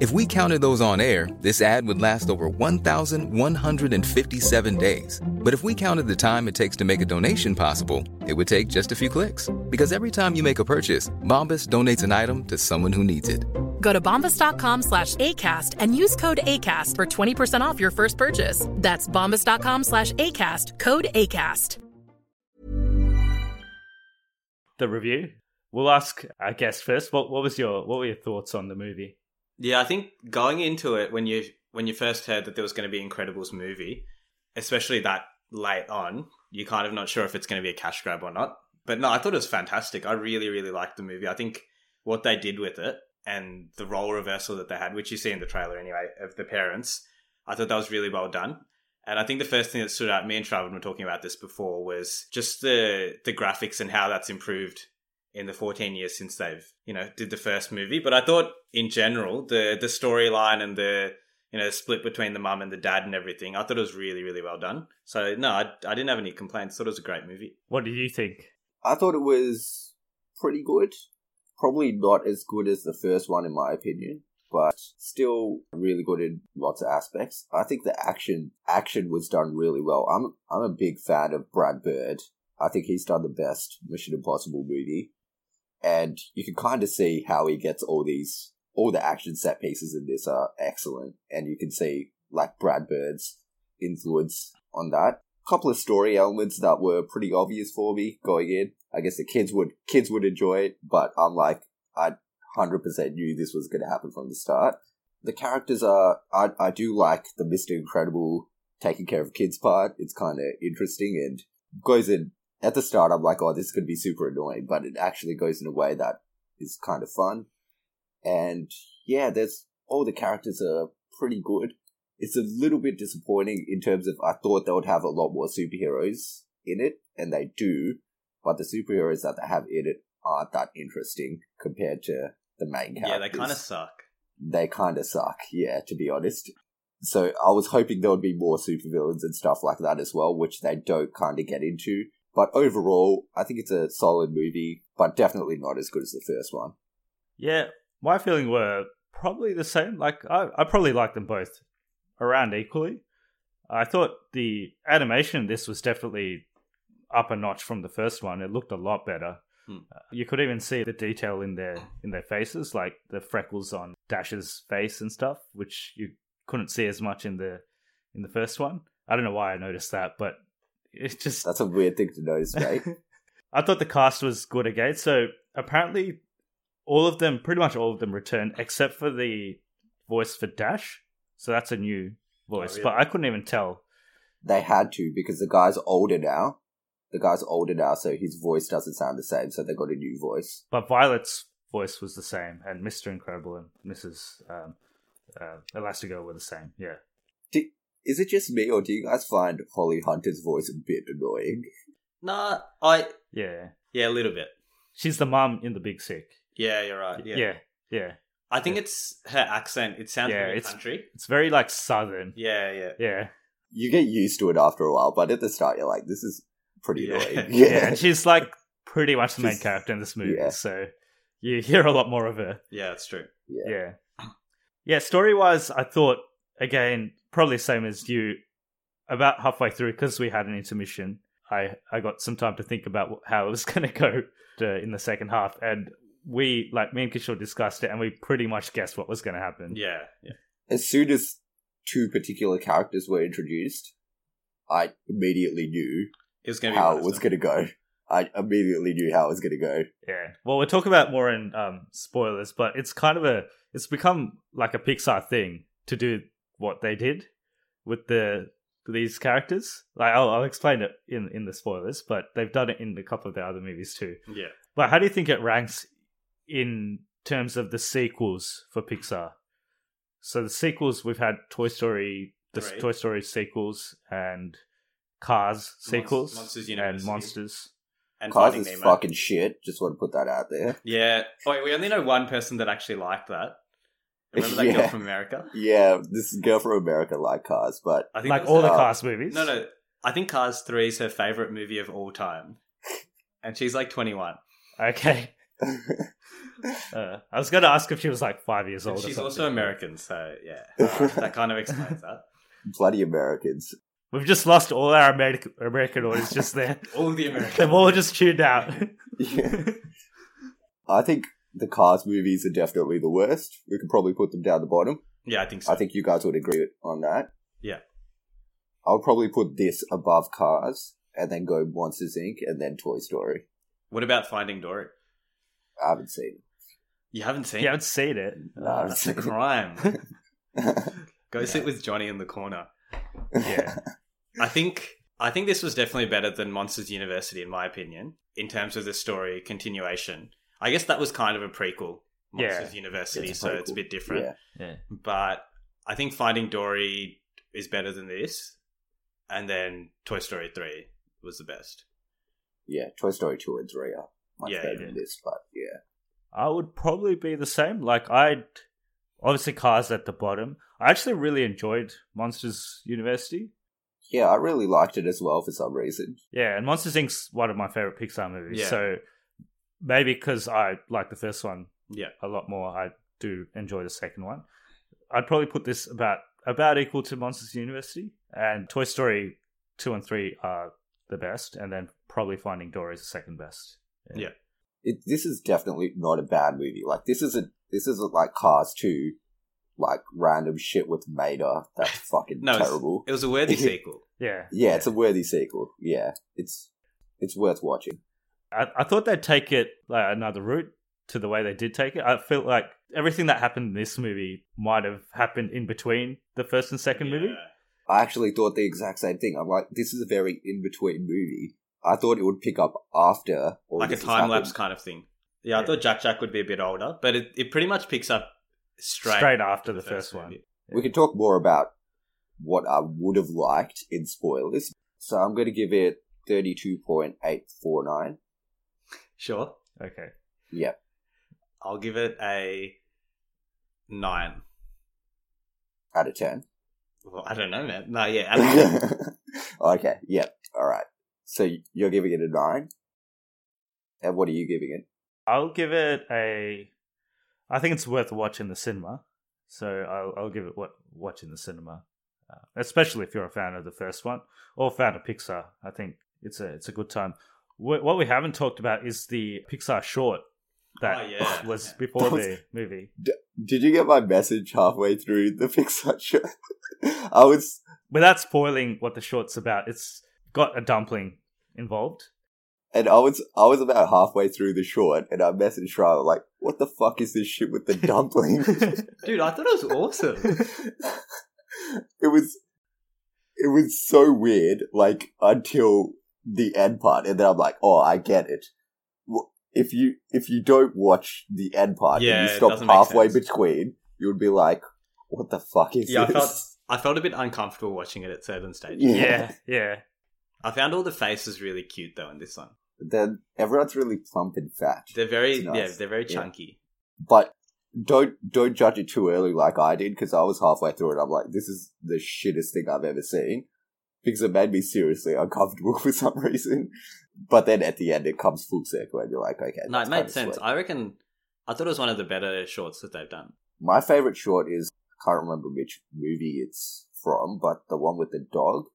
If we counted those on air, this ad would last over 1,157 days. But if we counted the time it takes to make a donation possible, it would take just a few clicks. Because every time you make a purchase, Bombas donates an item to someone who needs it.
Go to bombas.com slash ACAST and use code ACAST for 20% off your first purchase. That's bombas.com slash ACAST, code ACAST.
the review. We'll ask our guest first. What what was your what were your thoughts on the movie?
Yeah, I think going into it when you when you first heard that there was going to be Incredibles movie, especially that late on, you're kind of not sure if it's going to be a cash grab or not. But no, I thought it was fantastic. I really really liked the movie. I think what they did with it and the role reversal that they had, which you see in the trailer anyway, of the parents, I thought that was really well done. And I think the first thing that stood out, me and Travon were talking about this before, was just the the graphics and how that's improved in the 14 years since they've you know did the first movie. But I thought in general the the storyline and the you know split between the mum and the dad and everything, I thought it was really really well done. So no, I, I didn't have any complaints. Thought it was a great movie.
What did you think?
I thought it was pretty good. Probably not as good as the first one, in my opinion, but still really good in lots of aspects. I think the action action was done really well. I'm I'm a big fan of Brad Bird. I think he's done the best Mission Impossible movie, and you can kind of see how he gets all these all the action set pieces in this are excellent, and you can see like Brad Bird's influence on that couple of story elements that were pretty obvious for me going in. I guess the kids would kids would enjoy it, but I'm like I hundred percent knew this was going to happen from the start. The characters are I I do like the Mister Incredible taking care of kids part. It's kind of interesting and goes in at the start. I'm like, oh, this is going to be super annoying, but it actually goes in a way that is kind of fun. And yeah, there's all the characters are pretty good it's a little bit disappointing in terms of I thought they would have a lot more superheroes in it, and they do, but the superheroes that they have in it aren't that interesting compared to the main characters.
Yeah, they kind of suck.
They kind of suck, yeah, to be honest. So I was hoping there would be more supervillains and stuff like that as well, which they don't kind of get into. But overall, I think it's a solid movie, but definitely not as good as the first one.
Yeah, my feeling were probably the same. Like I, I probably like them both around equally. I thought the animation this was definitely up a notch from the first one. It looked a lot better.
Hmm.
Uh, you could even see the detail in their in their faces, like the freckles on Dash's face and stuff, which you couldn't see as much in the in the first one. I don't know why I noticed that, but it just
That's a weird thing to
(laughs)
notice, right?
I thought the cast was good again. So apparently, all of them, pretty much all of them, returned except for the voice for Dash. So that's a new voice,
Oh, really?
but I couldn't even tell.
they had to because the guy's older now. The guy's older now, so his voice doesn't sound the same. So they got a new voice.
But Violet's voice was the same, and Mister Incredible and Mrs. Um, uh, Elastigirl were the same. Yeah,
Do, is it just me, or do you guys find Holly Hunter's voice a bit annoying?
Nah, I
yeah.
yeah a little bit.
She's the mum in the Big Sick.
Yeah, you're right. Yeah,
yeah, yeah.
I think it's her accent. It sounds
Yeah,
very
it's-
country.
It's very like southern.
Yeah, yeah.
Yeah,
You get used to it after a while, but at the start, you're like, "This is pretty
Yeah.
annoying."
yeah.
(laughs)
And she's like pretty much the main
She's-
character in this movie,
yeah.
so you hear a lot more of her.
Yeah, that's true.
Yeah.
yeah. Yeah, story wise, I thought, again, probably same as you, about halfway through, because we had an intermission, I, I got some time to think about wh- how it was (laughs) going to go uh, in the second half. And we, like, me and Kishore discussed it, and we pretty much guessed what was going to happen.
Yeah, yeah.
as soon as two particular characters were introduced, I immediately knew
It was going to be
how
one
it
of
was
them.
going to go. I immediately knew how it was going to go.
Yeah. Well, we'll talk about more in um, spoilers, but it's kind of a it's become like a Pixar thing to do what they did with the these characters. Like I'll, I'll explain it in in the spoilers, but they've done it in a couple of their other movies too.
Yeah.
But how do you think it ranks in terms of the sequels for Pixar? So the sequels we've had Toy Story, the
Three.
Toy Story sequels, and Cars sequels,
Monsters
and
University.
Monsters.
And
Cars
Finding
is
Nemo.
fucking shit. Just want to put that out there.
Yeah. Wait, we only know one person that actually liked that. Remember that girl
(laughs) Yeah.
from America?
Yeah, this girl from America like Cars, but
I think
Like
that
all
was
the
uh,
Cars movies.
No, no. I think Cars 3 is her favorite movie of all time. And she's like 21.
Okay.
(laughs)
Uh, I was going to ask if she was like five years
And
old. or
she's
something.
also American, so yeah. (laughs) Uh, that kind of explains that.
bloody Americans.
We've just lost all our American American audience just there.
(laughs) All the
(laughs)
Americans.
They've all just tuned
(laughs)
out.
Yeah. I think the Cars movies are definitely the worst. We could probably put them down the bottom.
Yeah, I think so.
I think you guys would agree on that.
Yeah.
I'll probably put this above Cars and then go Monsters Inc. and then Toy Story.
What about Finding Dory?
I haven't seen
You haven't seen
you
it?
haven't seen it. Uh,
No, I haven't
That's a
seen it.
crime.
it.
Go sit with Johnny in the corner.
Yeah.
I think I think this was definitely better than Monsters University in my opinion in terms of the story continuation. I guess that was kind of a prequel
Yeah.
Monsters University,
It's a
so it's a
prequel.
bit different.
Yeah.
yeah.
But I think Finding Dory is better than this. and then Toy Story three was the best.
Yeah, Toy Story two and three are my
Yeah,
favorite
yeah.
list, but yeah,
I would probably be the same. Like I, obviously, cars at the bottom. I actually really enjoyed Monsters University.
yeah, I really liked it as well for some reason.
Yeah, and Monsters Inc.'s one of my favorite Pixar movies.
Yeah.
So maybe because I like the first one
Yeah,
a lot more, I do enjoy the second one. I'd probably put this about about equal to Monsters University and Toy Story two and three are the best, and then probably Finding Dory is the second best.
yeah,
It, this is definitely not a bad movie. Like this isn't this isn't like Cars two, like random shit with Mater.
(laughs)
That's fucking
no, it's- (laughs)
terrible.
It was
(laughs)
a worthy sequel.
yeah,
yeah, it's a worthy sequel. Yeah, it's it's worth watching.
I, I thought they'd take it like another route to the way they did take it. I feel like everything that happened in this movie might have happened in between the first and second movie.
Yeah.
I actually thought the exact same thing. I'm like, this is a very in between movie. I thought it would pick up after, all
like a
this has
time lapse
happened.
kind of thing. Yeah, I
Yeah.
thought Jack Jack would be a bit older, but it, it pretty much picks up straight
Straight after the first one.
movie.
We can talk more about what I would have liked in spoilers. So I'm going to give it 32.849.
Sure,
Okay.
Yep.
I'll give it a nine.
Out of 10.
Well, I don't know, man. No, yeah, out of ten.
(laughs) okay. Yep. All right. So you're giving it a 9. And what are you giving it?
I'll give it a. I think it's worth a watch in the cinema, so I'll, I'll give it what watch in the cinema, uh, especially if you're a fan of the first one or a fan of Pixar. I think it's a it's a good time. Wh- What we haven't talked about is the Pixar short that
Oh,
(laughs)
yeah.
was before
That was-
the movie.
Did you get my message halfway (laughs) through the Pixar show? I was
without spoiling what the short's about, it's got a dumpling involved.
And I was I was about halfway through the short, and I messaged Shriver like, "What the fuck is this shit with the dumpling?"
dude, I thought it was awesome.
it was it was so weird. Like until the end part, and then I'm like, "Oh, I get it." Wh- If you if you don't watch the end part
Yeah,
and
it
you stop
doesn't make
halfway
sense.
between, you would be like, "What the fuck is
yeah, I
this?"
felt I felt a bit uncomfortable watching it at certain stages.
Yeah.
Yeah, yeah.
I found all the faces really cute though in this one.
Then everyone's really plump and fat.
They're very
It's nice.
yeah, they're very
Yeah.
chunky.
but don't don't judge it too early like I did because I was halfway through it. I'm like, this is the shittest thing I've ever seen because it made me seriously uncomfortable (laughs) for some reason. But then at the end, it comes full circle, and you're like, okay,
No,
that's
it made
kinda
sense.
sweet.
I reckon I thought it was one of the better shorts that they've done.
My favorite short is I can't remember which movie it's from, but the one with the dog.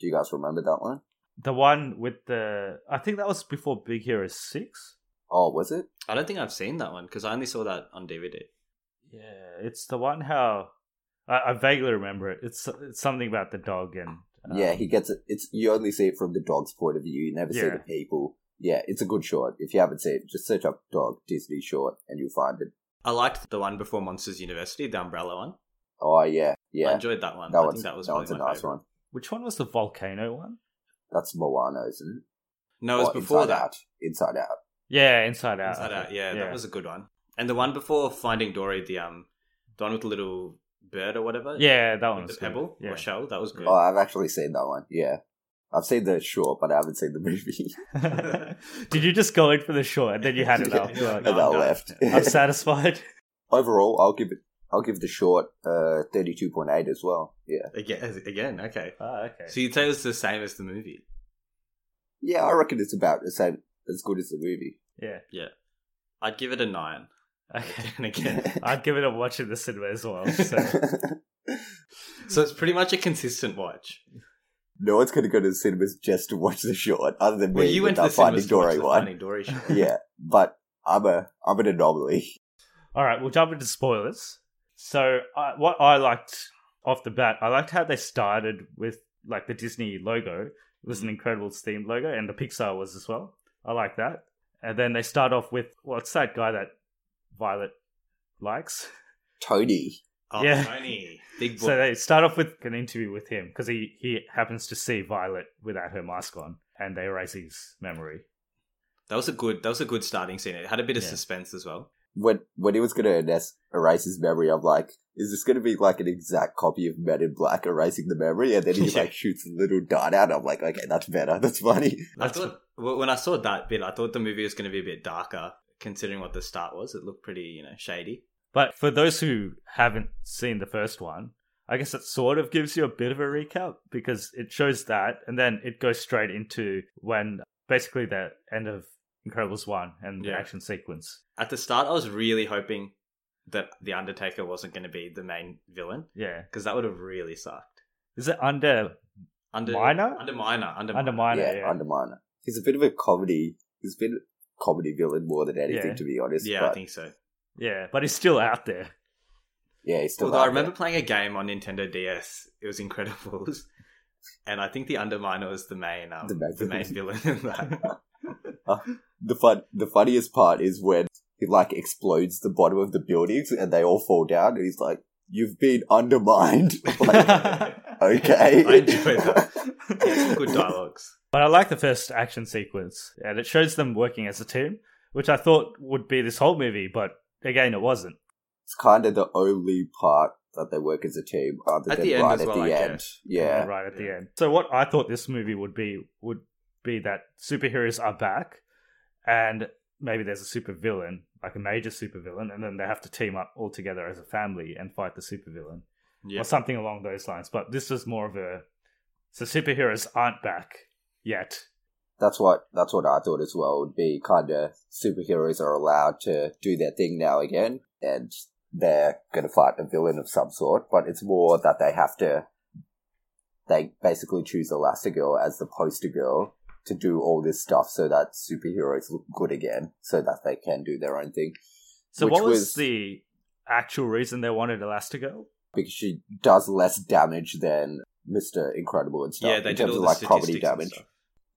Do you guys remember that one?
The one with the I think that was before Big Hero Six.
Oh, was it?
I don't think I've seen that one because I only saw that on DVD.
Yeah, it's the one how I, I vaguely remember it. It's, it's something about the dog and
Uh,
um,
yeah, he gets it. It's you only see it from the dog's point of view. You never see
Yeah.
the people. Yeah, it's a good short. If you haven't seen it, just search up dog Disney short and you'll find it.
I liked the one before Monsters University, the umbrella one.
Oh yeah,
I
yeah.
enjoyed that one.
that
I
one's
think that was
that
probably
one's a
my
nice
favorite.
one.
which one was the volcano one?
That's Moana, isn't it?
No, it was
Oh,
before
Inside
that.
Out. Inside Out.
Yeah, Inside Out.
Inside
I
Out,
think.
yeah, that was a good one. And the one before Finding Dory, the um, the one with the little bird or whatever.
yeah, that one
with
was
the
good.
pebble
Yeah.
or shell. That was good.
Oh, I've actually seen that one. Yeah, I've seen the short, but I haven't seen the movie.
(laughs)
(laughs)
Did you just go in for the short and then you
(laughs)
had it up? You're like,
and I
"I'm done.
left.
I'm satisfied. (laughs)
Overall, I'll give it. I'll give the short uh, thirty-two point eight as well. Yeah,
Again, (laughs) again, okay.
Ah, okay.
So you'd say it's the same as the movie.
yeah. I reckon it's about the same as good as the movie.
yeah.
I'd give it a nine.
(laughs) Okay.
(laughs) And again,
I'd give it a watch in the cinema as well. So.
(laughs)
so it's pretty much a
(laughs)
consistent watch.
no one's going to go to the cinemas just to watch the short, other than
Well,
me
you
with
went to
that
the cinemas
Finding
to watch
Dory
the
one.
Finding Dory show.
(laughs) yeah, but I'm a I'm an anomaly.
All right, we'll jump into spoilers. So, I, what I liked off the bat, I liked how they started with like the Disney logo. It was an Incredibles themed logo, and the Pixar was as well. I like that. And then they start off with what's that guy that Violet likes?
Tony.
Oh,
Yeah. (laughs)
Tony, big boy.
So they start off with an interview with him because he he happens to see Violet without her mask on, and they erase his memory.
that was a good. That was a good starting scene. It had a bit of
Yeah.
suspense as well.
when when he was gonna erase, erase his memory, I'm like, is this gonna be like an exact copy of Men in Black erasing the memory? And then he
(laughs) Yeah.
like shoots a little dart out. I'm like, okay, that's better. That's funny.
I thought well, when I saw that bit, I thought the movie was going to be a bit darker, considering what the start was. It looked pretty, you know, shady.
But for those who haven't seen the first one, I guess it sort of gives you a bit of a recap because it shows that and then it goes straight into when basically the end of Incredibles 1 and
Yeah.
the action sequence.
At the start, I was really hoping that the Undertaker wasn't going to be the main villain
Yeah.
because that would have really sucked.
Is it under
Under
Minor?
under minor, under,
under
minor.
minor?
yeah,
Yeah.
Underminer. He's a bit of a comedy. He's been a comedy villain more than anything,
Yeah.
to be honest.
Yeah,
but,
I think so.
Yeah, but he's still out there.
Yeah, he's still.
Although
out
I
there.
remember playing a game on Nintendo DS, it
(laughs)
was Incredibles, and I think the Underminer was the main um,
The
the,
main
main villain in
(laughs)
that.
the fun. The funniest part is when he like explodes the bottom of the buildings and they all fall down, and he's like, "You've been undermined." like, okay,
I enjoyed that. yeah, some good dialogues.
But I like the first action sequence, and it shows them working as a team, which I thought would be this whole movie, but again, it wasn't.
It's kind of the only part that they work as a team, other
At
than
the end
right
as
at
well,
the
I
end.
guess.
Yeah,
Right at the
Yeah.
end. So what I thought this movie would be would be that superheroes are back, and maybe there's a supervillain, like a major supervillain, and then they have to team up all together as a family and fight the supervillain,
Yeah.
or something along those lines. But this was more of a so superheroes aren't back yet.
that's what that's what I thought as well. Would be kind of superheroes are allowed to do their thing now again, and they're going to fight a villain of some sort. But it's more that they have to. They basically choose Elastigirl as the poster girl to do all this stuff so that superheroes look good again, so that they can do their own thing.
So
Which
what was,
was-
the actual reason they wanted Elastigirl?
because she does less damage than Mister Incredible and stuff.
yeah, they
in
did
terms
all
of
the
like
statistics
comedy
and
damage.
stuff.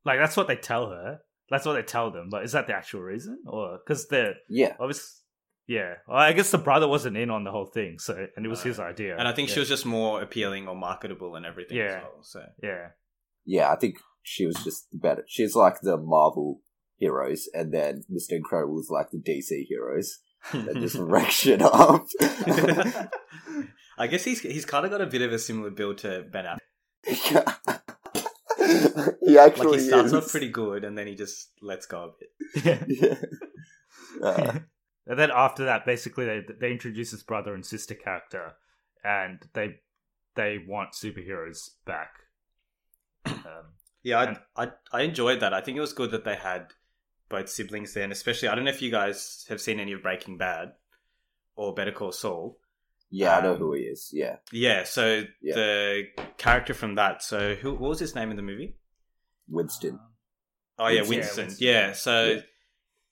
Like that's what they tell her. That's what they tell them. But is that the actual reason, or because they're
Yeah,
obviously yeah? Well, I guess the brother wasn't in on the whole thing, so and it was
Uh,
his idea.
And I think
yeah.
she was just more appealing or marketable and everything
Yeah.
as well. So
yeah,
(laughs) yeah. I think she was just better. She's like the Marvel heroes, and then Mister Incredible's like the DC heroes that (laughs) just wreck shit up.
(laughs)
(laughs)
I guess he's he's kind of got a bit of a similar build to Ben Affleck.
he actually
Like he starts
is.
off pretty good and then he just lets go a bit.
yeah.
(laughs) Yeah. Uh,
and then after that, basically they they introduce his brother and sister character, and they they want superheroes back. Um,
Yeah,
And-
I, I I enjoyed that. I think it was good that they had both siblings there, and especially I don't know if you guys have seen any of Breaking Bad or Better Call Saul.
yeah, I know who he is. Yeah,
Yeah, so
Yeah.
the character from that. So who what was his name in the movie?
Winston.
Oh yeah,
Winston.
Winston.
Yeah,
Yeah,
Winston.
so
Yeah.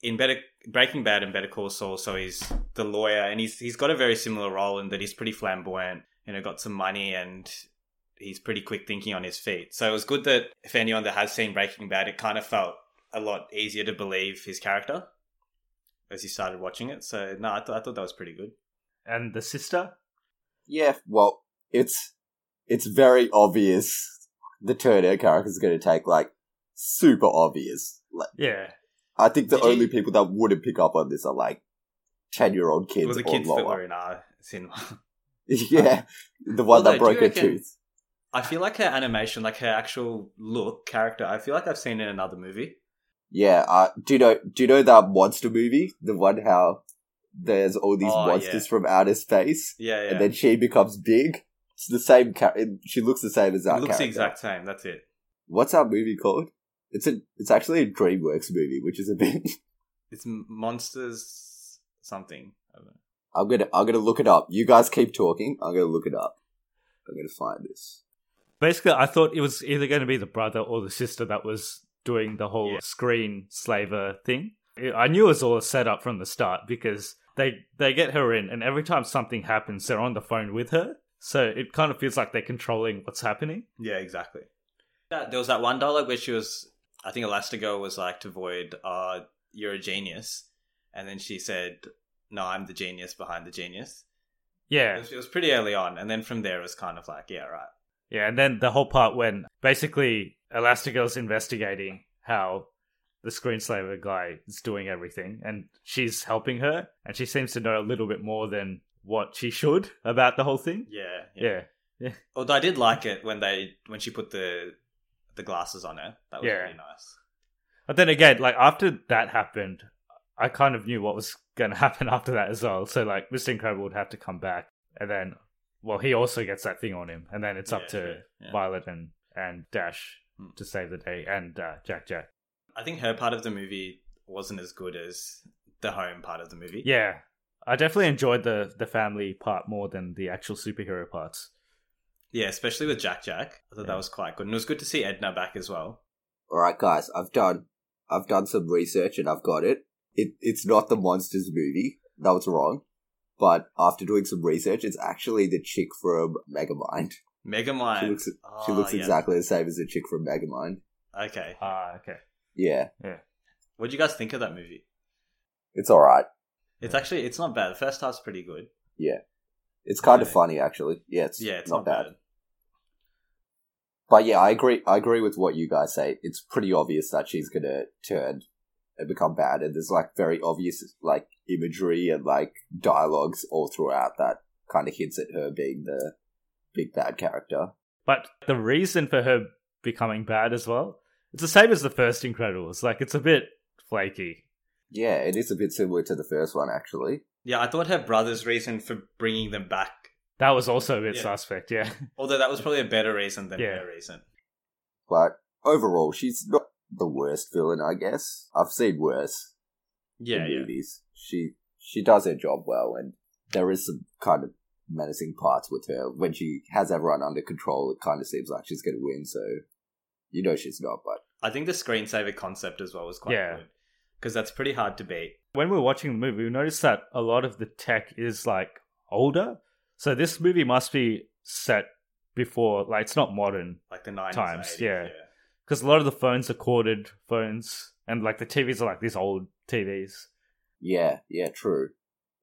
in Better Breaking Bad and Better Call Saul, so he's the lawyer, and he's he's got a very similar role in that he's pretty flamboyant, you know, got some money, and he's pretty quick thinking on his feet. So it was good that if anyone that has seen Breaking Bad, it kind of felt a lot easier to believe his character as you started watching it. So no, I thought I thought that was pretty good.
and the sister,
Yeah, well, it's it's very obvious the turn her character's going to take. Like, super obvious. Like,
yeah,
I think the
Did you-
only people that wouldn't pick up on this are like ten year old
It
kids
was the
or
kids that were
lower.
in our cinema.
(laughs) yeah, the one
Although,
that
do
broke
you
her
reckon-
tooth.
I feel like her animation, like her actual look, character, I feel like I've seen in another movie.
Yeah, uh, do you know? Do you know that monster movie? The one how there's all these
Oh,
monsters
yeah.
from outer space,
Yeah, yeah.
and then she becomes big. It's the same character. She looks the same as that
looks
character.
the exact same. That's it.
What's that movie called? It's a. It's actually a DreamWorks movie, which is a bit. (laughs)
It's m- monsters something. I don't know.
I'm gonna I'm gonna look it up. You guys keep talking. I'm gonna look it up. I'm gonna find this.
basically I thought it was either going to be the brother or the sister that was doing the whole
Yeah.
screen slaver thing. I knew it was all set up from the start because they they get her in, and every time something happens, they're on the phone with her. So it kind of feels like they're controlling what's happening.
Yeah, exactly. That, there was that one dialogue where she was, I think Elastigirl was like to Void, uh, "You're a genius," and then she said, "No, I'm the genius behind the genius." It,
Yeah,
was, it was pretty early on, and then from there it was kind of like, yeah, right.
yeah, and then the whole part when basically Elastigirl's investigating how the screensaver guy is doing everything and she's helping her and she seems to know a little bit more than what she should (laughs) about the whole thing.
Yeah,
Yeah.
Although I did like it when they when she put the the glasses on her. That was
Yeah.
really nice.
But then again, like after that happened, I kind of knew what was going to (laughs) happen after that as well. So like Mr. Incredible would have to come back, and then well, he also gets that thing on him, and then it's up
Yeah,
to
true. Yeah.
Violet and and Dash
Hmm.
to save the day, and uh, Jack Jack.
I think her part of the movie wasn't as good as the home part of the movie.
Yeah, I definitely enjoyed the the family part more than the actual superhero parts.
Yeah, especially with Jack Jack. I thought that was quite good. And it was good to see Edna back as well.
All right, guys, I've done, I've done some research and I've got it. It it's not the monsters movie. That was wrong. But after doing some research, it's actually the chick from Megamind.
Megamind.
She looks, she
Ah,
looks
yeah.
exactly the same as the chick from Megamind.
Okay.
Ah, okay.
Yeah,
What do you guys think of that movie?
it's all right.
It's actually it's not bad. The first half's pretty good.
It's kind of
Really?
funny, actually. Yeah, it's,
Yeah, it's
not, bad. But yeah, I agree. I agree with what you guys say. It's pretty obvious that she's gonna turn and become bad, and there's like very obvious like imagery and like dialogues all throughout that kind of hints at her being the big bad character.
But the reason for her becoming bad as well, it's the same as the first Incredibles. Like it's a bit flaky.
Yeah, it is a bit similar to the first one, actually.
Yeah, I thought her brother's reason for bringing them back,
That was also a bit
Yeah.
suspect. Yeah. (laughs)
although that was probably a better reason than
Yeah.
her reason.
But overall, she's not the worst villain, I guess. I've seen worse
Yeah,
in
yeah.
movies. She she does her job well, and there is some kind of menacing parts with her. When she has everyone under control, it kind of seems like she's going to win. So you know she's not, but
I think the screensaver concept as well was quite
Yeah.
good because that's pretty hard to beat.
when we were watching the movie, we noticed that a lot of the tech is like older. So this movie must be set before, like it's not modern
Like the nineties,
Times, yeah. because a lot of the phones are corded phones, and like the TVs are like these old TVs.
yeah, yeah, true.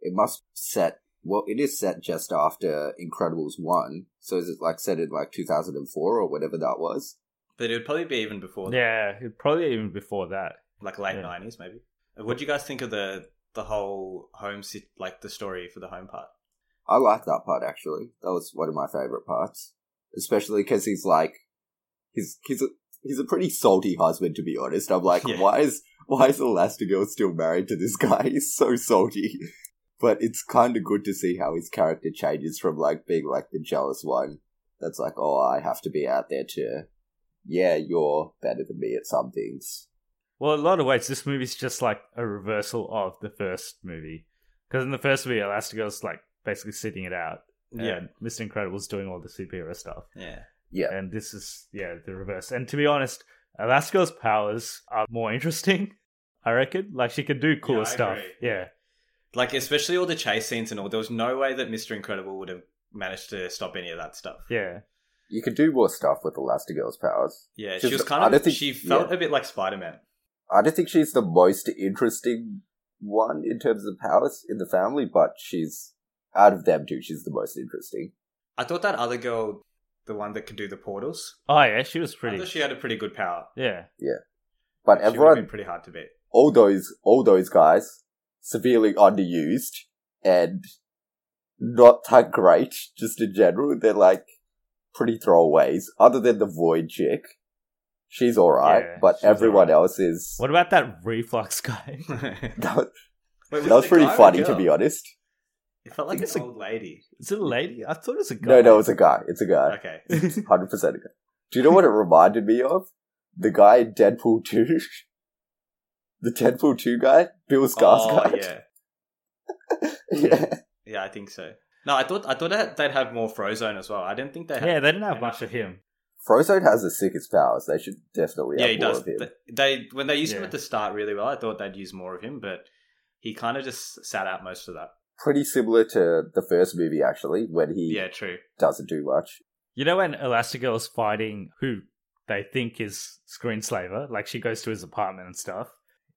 It must set. Well, it is set just after Incredibles one, so
(laughs)
is it like set in like two thousand and four or whatever that was?
But it would probably be even before, that,
Yeah, it- probably even before that.
like late
Yeah.
nineties, maybe. What do you guys think of the the whole home sit, like the story for the home part?
I like that part actually. That was one of my favorite parts, especially because he's like, he's he's a, he's a pretty salty husband to be honest. I'm like,
(laughs) Yeah.
why is why is Elastigirl still married to this guy? He's so salty. But it's kind of good to see how his character changes from like being like the jealous one that's like, oh, I have to be out there to, yeah, you're better than me at some things.
Well, in a lot of ways, this movie's just like a reversal of the first movie. Because in the first movie, Elastigirl's like basically sitting it out.
Yeah,
And Mr. Incredible's doing all the superhero stuff.
yeah,
Yeah,
And this is, yeah, the reverse. And to be honest, Alaska's powers are more interesting, (laughs) I reckon. Like, she can do cooler
I
stuff.
agree.
Yeah.
like especially all the chase scenes and all. There was no way that Mister Incredible would have managed to stop any of that stuff.
Yeah.
you can do more stuff with Elastigirl's powers.
Yeah,
Just-
she was
I
kind
don't
of.
think-
she felt
yeah.
a bit like Spider Man.
I don't think she's the most interesting one in terms of powers in the family, but she's out of them two, she's the most interesting.
I thought that other girl, the one that could do the portals,
Oh, yeah, she was
I
pretty.
thought she had a pretty good power.
yeah.
But
She would've
everyone,
been pretty hard to beat. (laughs)
all those, all those guys, severely underused and not that great. Just in general, they're like pretty throwaways. Other than the void chick, she's all right,
Yeah,
but
she's
everyone
alright.
else is.
What about that reflux
(laughs)
guy?
(laughs) That was,
Wait,
that was
it a
pretty
guy or a
funny, to
girl?
be honest.
It felt like
It's
an
a-
old lady.
Is it a lady? I thought it was a guy.
No, no, it's a guy. It's a guy.
(laughs)
Okay. (laughs)
Hundred percent. Do you know what it reminded me of? The guy in Deadpool
(laughs)
two, the Deadpool two guy, Bill
Oh,
Skarsgård.
yeah,
(laughs) yeah.
yeah, I think so. No, I thought I thought that they'd have more Frozone as well. I didn't think they had.
yeah, they didn't have much of him.
Frozone has the sickest powers. They should definitely
yeah,
have
he
more
does.
of him.
They, they when they used him
Yeah.
at the start really well. I thought they'd use more of him, but he kind of just sat out most of that.
Pretty similar to the first movie, actually, when he
Yeah, true.
doesn't do much.
You know when Elastigirl's fighting who they think is Screenslaver? Like, she goes to his apartment and stuff.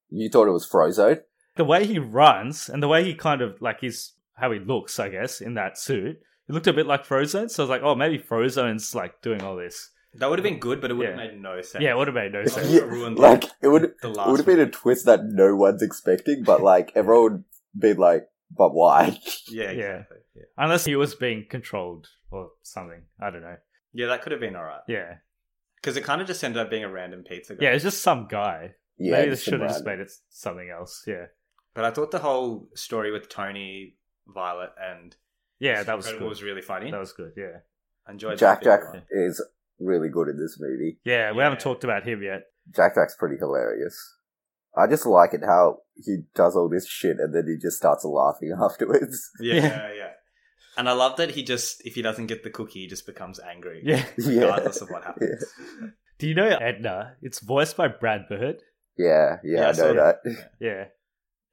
You thought it was Frozone?
the way he runs and the way he kind of like he's how he looks, I guess, in that suit, it looked a bit like Frozone. So I was like, oh, maybe Frozone's like doing all this.
That would have been good, but it would have made no sense.
Yeah, it would have made no sense.
Yeah,
ruined
like it would it
the last
would have been a twist that no one's expecting, but like everyone would be like, but why? (laughs)
Yeah,
Yeah.
exactly. Yeah.
Unless he was being controlled or something. I don't know.
yeah, that could have been all right.
Yeah.
Because it kind of just ended up being a random pizza guy.
Yeah, it's just some guy.
Yeah,
Maybe they
it's
should have
some
just
random-
made it something else. Yeah.
But I thought the whole story with Tony, Violet, and
Yeah, that was
Incredible
good.
was really funny.
That was good, yeah.
I enjoyed
Jack
that bit a
Jack
lot.
is really good in this movie.
Yeah, we
Yeah.
haven't talked about him yet.
Jack Jack's pretty hilarious. I just like it how he does all this shit and then he just starts laughing (laughs) afterwards.
Yeah,
Yeah.
yeah, yeah. And I love that he just, if he doesn't get the cookie, he just becomes angry.
Yeah.
Yeah.
Regardless of what happens.
Do you know Edna? It's voiced by Brad Bird.
Yeah, yeah,
Yeah,
I
I
know
saw
that.
Yeah.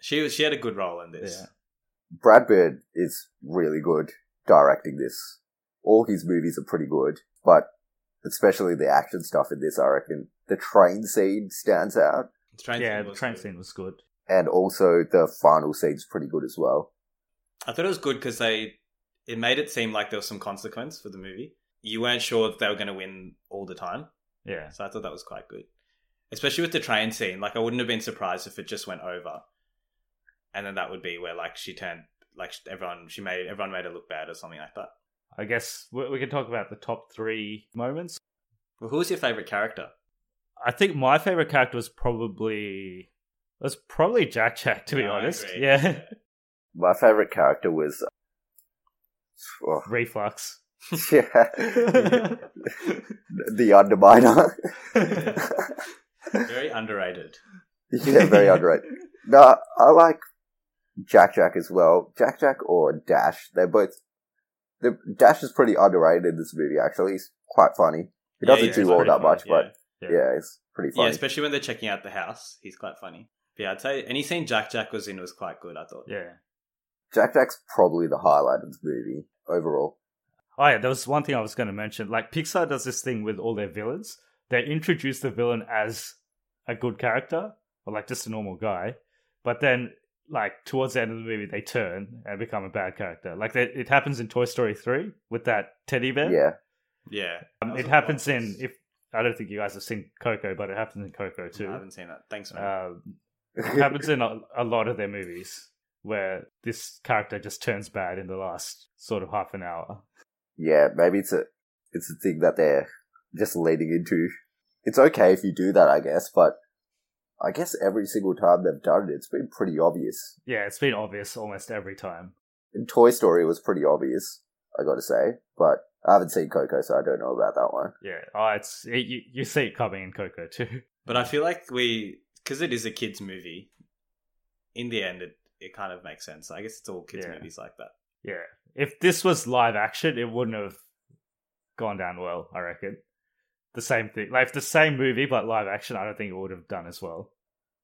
She was, she had a good role in this.
Yeah.
Brad Bird is really good directing this. All his movies are pretty good, but especially the action stuff in this, I reckon. The train scene stands out,
The train
yeah,
scene
the
was
train
good.
scene was good.
and also the final scene's pretty good as well.
I thought it was good because they, it made it seem like there was some consequence for the movie. You weren't sure that they were going to win all the time.
Yeah.
So I thought that was quite good. Especially with the train scene. Like, I wouldn't have been surprised if it just went over. And then that would be where, like, she turned, like, everyone, she made, everyone made her look bad or something like that.
I guess we, we can talk about the top three moments.
Well, who was your favorite character?
I think my favorite character was probably was probably Jack Jack to be
No, I
honest.
agree.
Yeah, (laughs)
My favorite character was. Oh,
reflux. (laughs)
yeah. (laughs) the Underminer. (laughs)
Very underrated.
yeah, very underrated. No, I like Jack Jack as well. Jack Jack or Dash. They're both. The Dash is pretty underrated in this movie, actually. He's quite funny.
Yeah,
He doesn't
yeah, he's
do all
pretty
that
funny,
much,
yeah.
but
Yeah.
yeah. he's pretty
Yeah,
funny.
especially when they're checking out the house. He's quite funny. But yeah, I'd say any scene Jack Jack was in was quite good, I thought.
Yeah.
Jack Jack's probably the highlight of this movie overall.
Oh yeah, there was one thing I was going to mention. Like Pixar does this thing with all their villains. They introduce the villain as a good character or like just a normal guy, but then like towards the end of the movie they turn and become a bad character. Like they, it happens in Toy Story 3 with that teddy bear.
Yeah.
Yeah.
Um, it happens in if I don't think you guys have seen Coco, but it happens in Coco
I
too.
haven't seen that. Thanks, man.
Um, it happens in a, a lot of their movies where this character just turns bad in the last sort of half an hour.
yeah, maybe it's a it's a thing that they're just leading into. It's okay if you do that, I guess, but I guess every single time they've done it, it's been pretty obvious.
Yeah, it's been obvious almost every time.
in Toy Story was pretty obvious, I gotta say. But I haven't seen Coco, so I don't know about that one.
Yeah, oh, it's it, you, you see it coming in Coco too. (laughs)
but I feel like we, because it is a kids' movie, in the end, it, it kind of makes sense. I guess it's all kids'
Yeah.
movies like that.
Yeah, if this was live action, it wouldn't have gone down well. I reckon the same thing, like the same movie but live action. I don't think it would have done as well.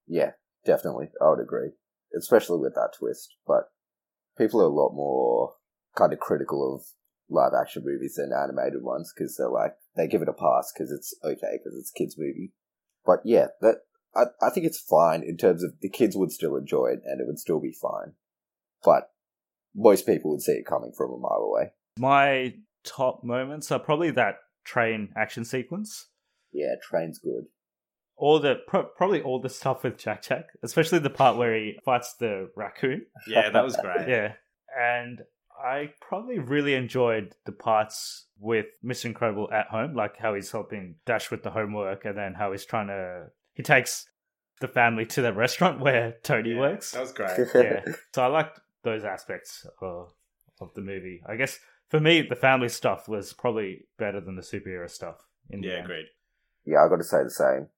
Yeah, definitely. I would agree. Especially with that twist. But people are a lot more kind of critical of live action movies than animated ones because they're like, they give it a pass because it's okay, because it's a kids' movie. But yeah, that. I, I think it's fine in terms of the kids would still enjoy it and it would still be fine. But most people would see it coming from a mile away.
My top moments are probably that train action sequence.
Yeah, train's good.
all the pro- probably all the stuff with Jack Jack, especially the part where he fights the raccoon.
(laughs) Yeah, that was
(laughs)
great.
Yeah, and I probably really enjoyed the parts with Mr. Incredible at home, like how he's helping Dash with the homework, and then how he's trying to he takes the family to the restaurant (laughs) where Tony
Yeah,
works.
That was
(laughs)
great.
(laughs) yeah, so I liked those aspects of of the movie. I guess for me, the family stuff was probably better than the superhero stuff. In the
yeah,
end.
agreed.
yeah, I got to say the same.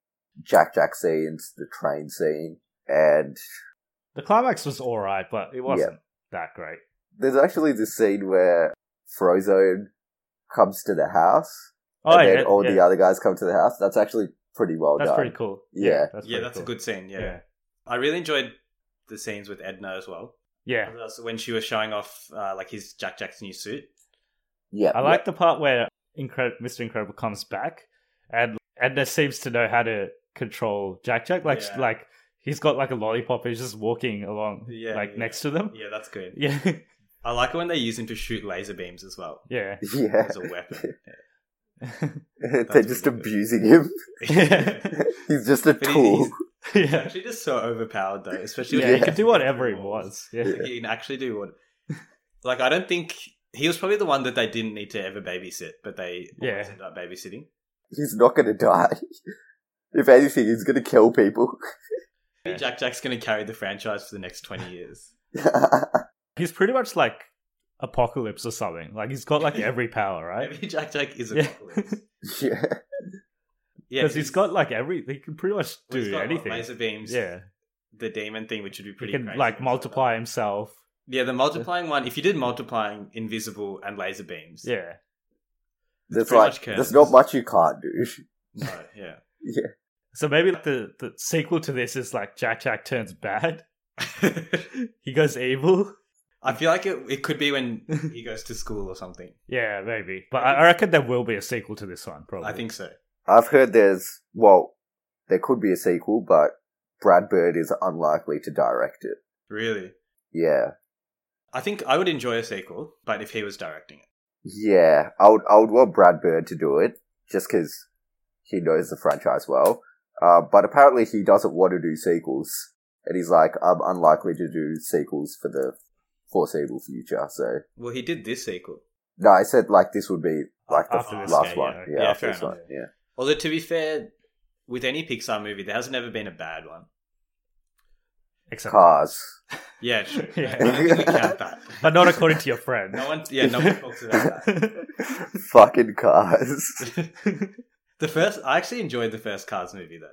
Jack Jack scenes, the train scene, and
The climax was all right, but it wasn't that great.
there's actually this scene where Frozone comes to the house, and then all the other guys come to the house. That's actually pretty well
Oh,
(laughs)
That's
done.
pretty cool.
Yeah.
that's
yeah,
pretty
that's
cool.
a good scene. Yeah.
Yeah.
I really enjoyed the scenes with Edna as well.
Yeah,
Also When she was showing off, uh, like, his Jack Jack's new suit.
Yeah,
I like the part where Incred- Mr. Incredible comes back, and Edna seems to know how to control Jack Jack. Like,
Yeah.
like he's got like a lollipop. He's just walking along,
Yeah,
like
yeah.
next to them.
Yeah, that's good.
(laughs) Yeah, yeah.
I like it when they use him to shoot laser beams as well.
yeah.
As a weapon.
(laughs)
(laughs)
They're just abusing him. (laughs) He's just a
But he-
tool.
he's actually just so overpowered though, especially
Yeah,
when
he could do whatever he wants. Yeah.
Like, He can actually do what. (laughs) Like I don't think he was probably the one that they didn't need to ever babysit, but they
Yeah.
always ended up babysitting.
He's not going to die. If anything, he's going to kill
(laughs)
people.
Jack Jack's going to carry the franchise for the next twenty years.
He's pretty much like Apocalypse or something. Like he's got
(laughs)
like every power, right?
Maybe Jack Jack is
Yeah.
apocalypse.
(laughs) yeah.
Yeah,
Because he's got like every. He can pretty much do
well, he's got, what,
anything.
Laser beams.
yeah,
the demon thing, which would be
he
pretty.
can
crazy
like
if it's
multiply
that.
himself.
Yeah, the multiplying one. If you did multiplying, invisible and laser beams.
Yeah,
(laughs) There's
pretty
like,
much
there's
cursed.
not much you can't do. (laughs)
No, yeah.
Yeah.
so maybe like, the the sequel to this is like Jack Jack turns
(laughs)
bad. he goes evil.
I feel like it. It could be
(laughs)
when he goes to school or something.
Yeah, maybe. But I, I reckon there will be a sequel to this one. Probably.
I think so.
I've heard there's, well, there could be a sequel, but Brad Bird is unlikely to direct it.
Really,
Yeah.
I think I would enjoy a sequel, but if he was directing it,
Yeah, I would, I would want Brad Bird to do it just because he knows the franchise well. Uh, but apparently he doesn't want to do sequels. And he's like, I'm unlikely to do sequels for the foreseeable future. So,
well, he did this sequel.
no, I said like this would be like the
After
f-
this,
last
yeah,
one.
yeah,
Yeah,
yeah,
after
fair
this
enough.
one. Yeah.
Although to be fair, with any Pixar movie, there hasn't ever been a bad one.
Except
Cars. (laughs)
Yeah, true.
(laughs) Yeah.
I don't think we count that.
(laughs) but not according to your friend.
No one, yeah, no one talks about that.
Fucking cars.
(laughs) the first, I actually enjoyed the first Cars movie though,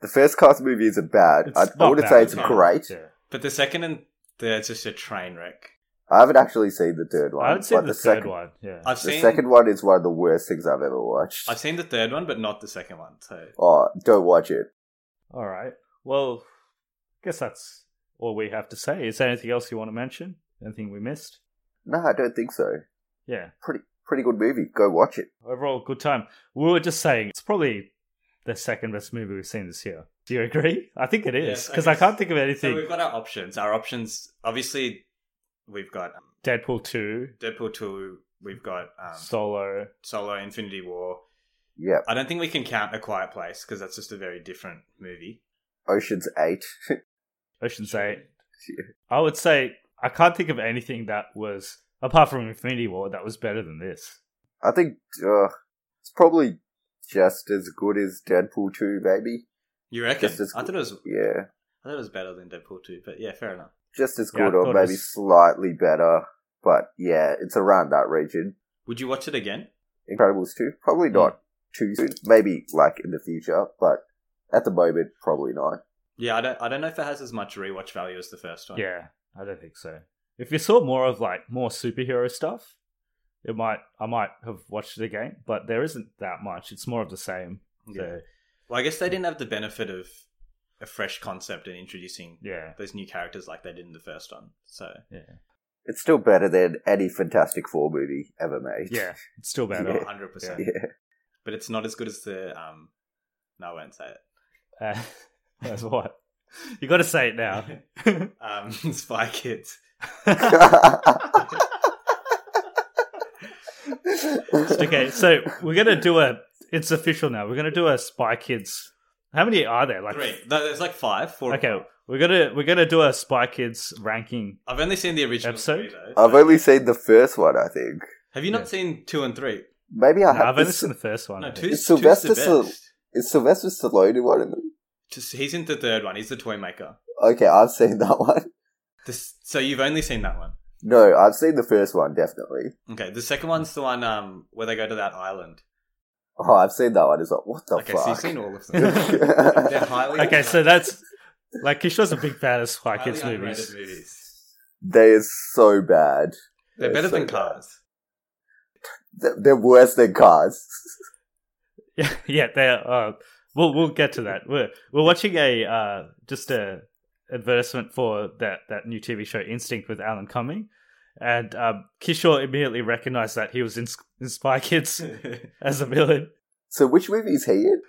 The first Cars movie isn't bad. I, I
not
wouldn't
bad,
say it's
not-
great.
yeah.
but the second and third just a train wreck.
I haven't actually seen the third one.
I would say
but
the, third
second,
one. Yeah.
I've
The
seen
second one is one of the worst things I've ever watched.
I've seen the third one, but not the second one. So
Oh, don't watch it.
All right. Well, I guess that's all we have to say. Is there anything else you want to mention? Anything we missed?
No, I don't think so.
Yeah.
Pretty pretty good movie. Go watch it.
Overall, good time. We were just saying it's probably the second best movie we've seen this year. Do you agree? I think it is
Yes, I
because I
guess-
can't think of
So
anything.
we've got our options. Our options, obviously, we've got um,
Deadpool two,
Deadpool 2, we've got um,
Solo.
Solo, Infinity War.
Yeah.
I don't think we can count A Quiet Place because that's just a very different movie.
Ocean's Eight.
Ocean's Eight. I would say I can't think of anything that was apart from Infinity War that was better than this.
I think uh, it's probably just as good as Deadpool two, maybe.
You reckon?
Just as
I thought it was.
Yeah,
I thought it was better than Deadpool 2, but yeah, fair enough.
just as
Yeah, I
good, or
thought it
maybe
was-
slightly better. But yeah, it's around that region.
Would you watch it again?
Incredibles two, probably not too soon. Maybe like in the future, but at the moment, probably not.
Yeah, I don't. I don't know if it has as much rewatch value as the first one.
Mm, Yeah, I don't think so. If you saw more of like more superhero stuff, it might I might have watched it again, but there isn't that much. It's more of the same. So
Well, I guess they didn't have the benefit of a fresh concept and introducing
yeah.
those new characters like they did in the first one. So
Yeah.
It's still better than any Fantastic Four movie ever made.
Yeah. It's still better.
Yeah.
hundred percent.
yeah.
But it's not as good as the. Um, no, I won't say it.
(laughs) Uh, that's what. You gotta say it now. (laughs)
Um, (laughs) Spy Kids.
okay, so we're gonna do a it's official now. We're gonna do a Spy Kids how many are there? Like
Three. No, there's like five. Four.
Okay, we're gonna we're gonna do a Spy Kids ranking.
I've only seen the original
Episode?
three, though.
I've only seen the first one, I think.
Have you not
Yeah.
seen two and three?
Maybe I
No,
have.
I've only
this-
seen the first one. I
No,
think.
two.
(laughs) Is
Is
Sylvester
Sylvester the best.
Is Sylvester Stallone in one of them?
Just- He's in the third one. He's the toy maker.
Okay, I've seen that (laughs) one.
This, so you've only seen that one.
No, I've seen the first one definitely.
Okay. The second one's the one um, where they go to that island.
(laughs) Oh, I've seen that one. It's like what the
okay,
Oh, fuck?
so you've seen all
(laughs)
of them. They're highly
Okay, so that's like Kishra's a big fan of Spy
highly
Kids
underrated
movies.
they are so bad.
They're
They're
better
so
than
bad.
Cars.
Th- They're worse than Cars.
(laughs) Yeah, yeah, they're. Uh, we'll we'll get to that. We're we're watching a uh, just a advertisement for that that new TV show Instinct with Alan Cumming, and um, Kishore immediately recognized that he was in, in Spy
(laughs)
Kids as a villain.
So which movie is he in?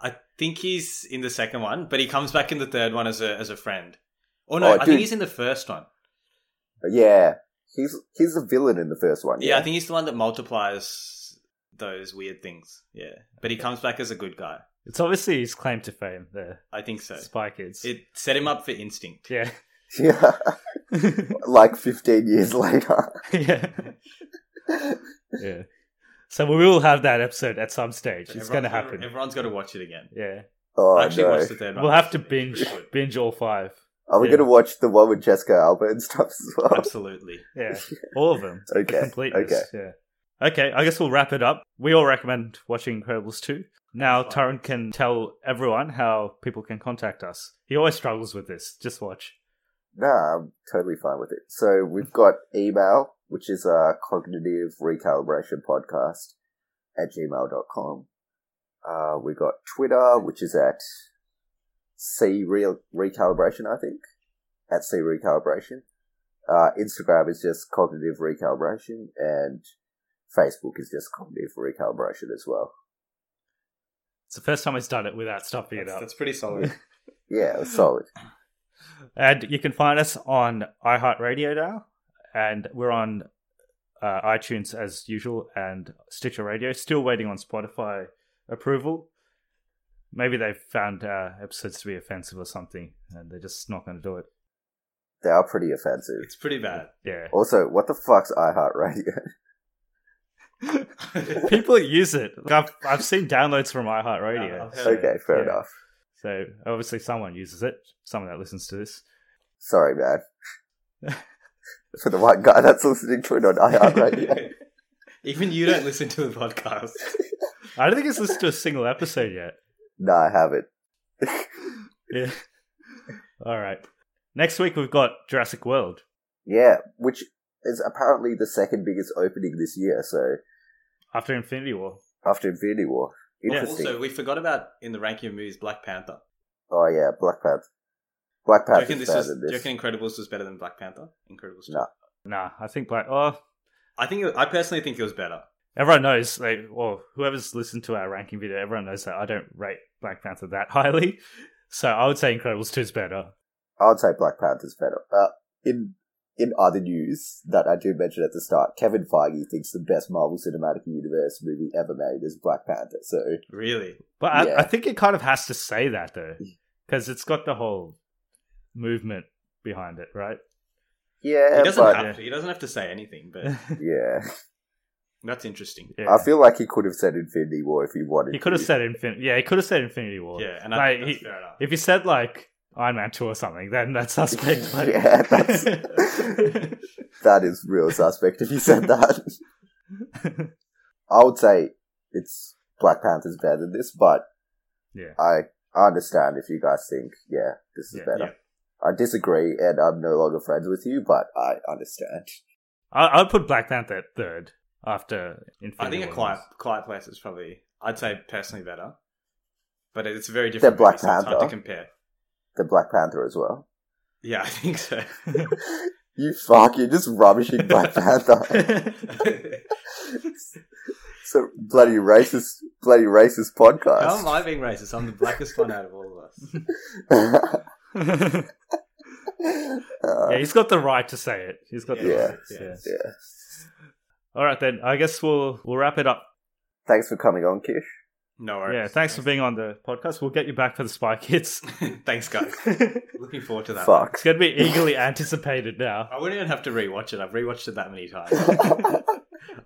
I think he's in the second one, but he comes back in the third one as a as a friend. Or no,
Oh,
I think
dude.
he's in the first one.
Yeah, he's he's the villain in the first one.
Yeah, I think he's the one that multiplies those weird things. Yeah, but he comes back as a good guy.
It's obviously his claim to fame there.
I think so.
Spy Kids.
It set him up for instinct.
yeah. (laughs)
Yeah. like 15 years later.
yeah. yeah. So we will have that episode at some stage. It's going to
Everyone's-
happen.
Everyone's got to watch it again.
Yeah.
Oh,
I actually
no.
watched the third one.
We'll have to binge binge all five.
Are we
yeah.
going to watch the one with Jessica Alba and stuff as well?
Absolutely.
(laughs)
(laughs)
Yeah. All of them. The
Okay,
completeness,
okay.
Yeah. Okay. I guess we'll wrap it up. We all recommend watching Incredibles 2. Now Taran can tell everyone how people can contact us. He always struggles with this. Just watch.
(laughs) Nah, um, I'm totally fine with it. So we've got email, which is uh, cognitive recalibration podcast at gmail.com. Uh, we've got Twitter, which is at C Real Recalibration, I think. At C Recalibration. Uh, Instagram is just cognitive recalibration, and Facebook is just cognitive recalibration as well.
It's the first time he's done it without stopping it
That's,
up.
that's pretty solid.
Yeah, solid.
And you can find us on iHeartRadio now, and we're on uh, iTunes as usual and Stitcher Radio. Still waiting on Spotify approval. Maybe they found uh, episodes to be offensive or something, and they're just not going to do it.
They are pretty offensive.
it's pretty
(laughs)
bad.
Yeah,
Also, what the fuck's iHeartRadio? (laughs)
people use it. Like, I've I've seen downloads from iHeartRadio.
I've heard
so,
it.
Ah, okay, fair
yeah.
enough.
So obviously someone uses it. Someone that listens to this.
Sorry, man. (laughs) For the one guy that's listening to it
(laughs)
on iHeartRadio.
Even you don't listen to the podcast.
I don't think it's listened to a single episode yet.
no, I haven't. (laughs)
Yeah. All right. Next week we've got Jurassic World.
Yeah, which is apparently the second biggest opening this year, so
after Infinity War.
after Infinity War. (laughs) Interesting.
Also, we forgot about in the ranking of movies Black Panther.
oh, yeah, Black Panther. Black
Do you,
Panther's
reckon this
better
was,
than
do you
this.
reckon Incredibles was better than Black Panther? Incredibles. two.
No.
Nah, I think Black. Oh,
I think it, I personally think it was better.
everyone knows. Like, well, whoever's listened to our ranking video, everyone knows that I don't rate Black Panther that (laughs) highly. So I would say Incredibles two is better.
I would say Black Panther's better. Uh, in in other news that I do mention at the start, Kevin Feige thinks the best Marvel Cinematic Universe movie ever made is Black Panther, so
Really?
But I,
Yeah.
I think it kind of has to say that though, because it's got the whole movement behind it, right?
yeah,
He doesn't
but
have to. He doesn't have to say anything, but
(laughs) yeah.
that's interesting.
Yeah.
I feel like he could have said Infinity War if he wanted.
he could have
to.
said Infinity. Yeah, he could have said Infinity War.
Yeah, and I
like,
think that's
he,
fair enough.
if he said like Iron Man two or something, then
(laughs)
that's suspect. But...
Yeah, that's- (laughs) that is real suspect if you said that. I would say it's Black Panther's better than this, but
(laughs) yeah.
I I understand if you guys think yeah this is
Yeah,
better. I disagree, and I'm no longer friends with you, but I understand. (laughs)
I, I would put Black Panther at third after Infinity
I think a
War.
quiet, quiet place is probably. I'd say personally better, but it's a very
They're
different.
Black
movie, so it's hard to
Panther.
compare.
The Black Panther as well.
Yeah, I think so.
(laughs) You fuck! You're just rubbishing Black Panther. It's a bloody racist, bloody racist
How am
podcast.
I being racist? I'm the blackest one out of all of us.
yeah, he's got the right to say it. He's got the
Yeah.
right.
Yeah.
Yeah.
yeah.
All right then. I guess we'll we'll wrap it up.
Thanks for coming on, Kish.
No worries.
Yeah. Thanks for being on the podcast. We'll get you back for the Spy Kids.
(laughs)
(laughs)
Thanks, guys. Looking forward to that.
Fuck.
It's going to be
(laughs)
eagerly anticipated now.
I wouldn't even have to rewatch it. I've rewatched it that many
(laughs)
times.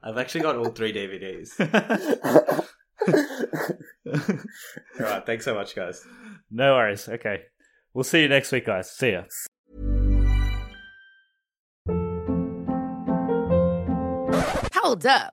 I've actually got all three DVDs. All right. Thanks so much, guys.
No worries. Okay. We'll see you next week, guys. See ya.
Hold up.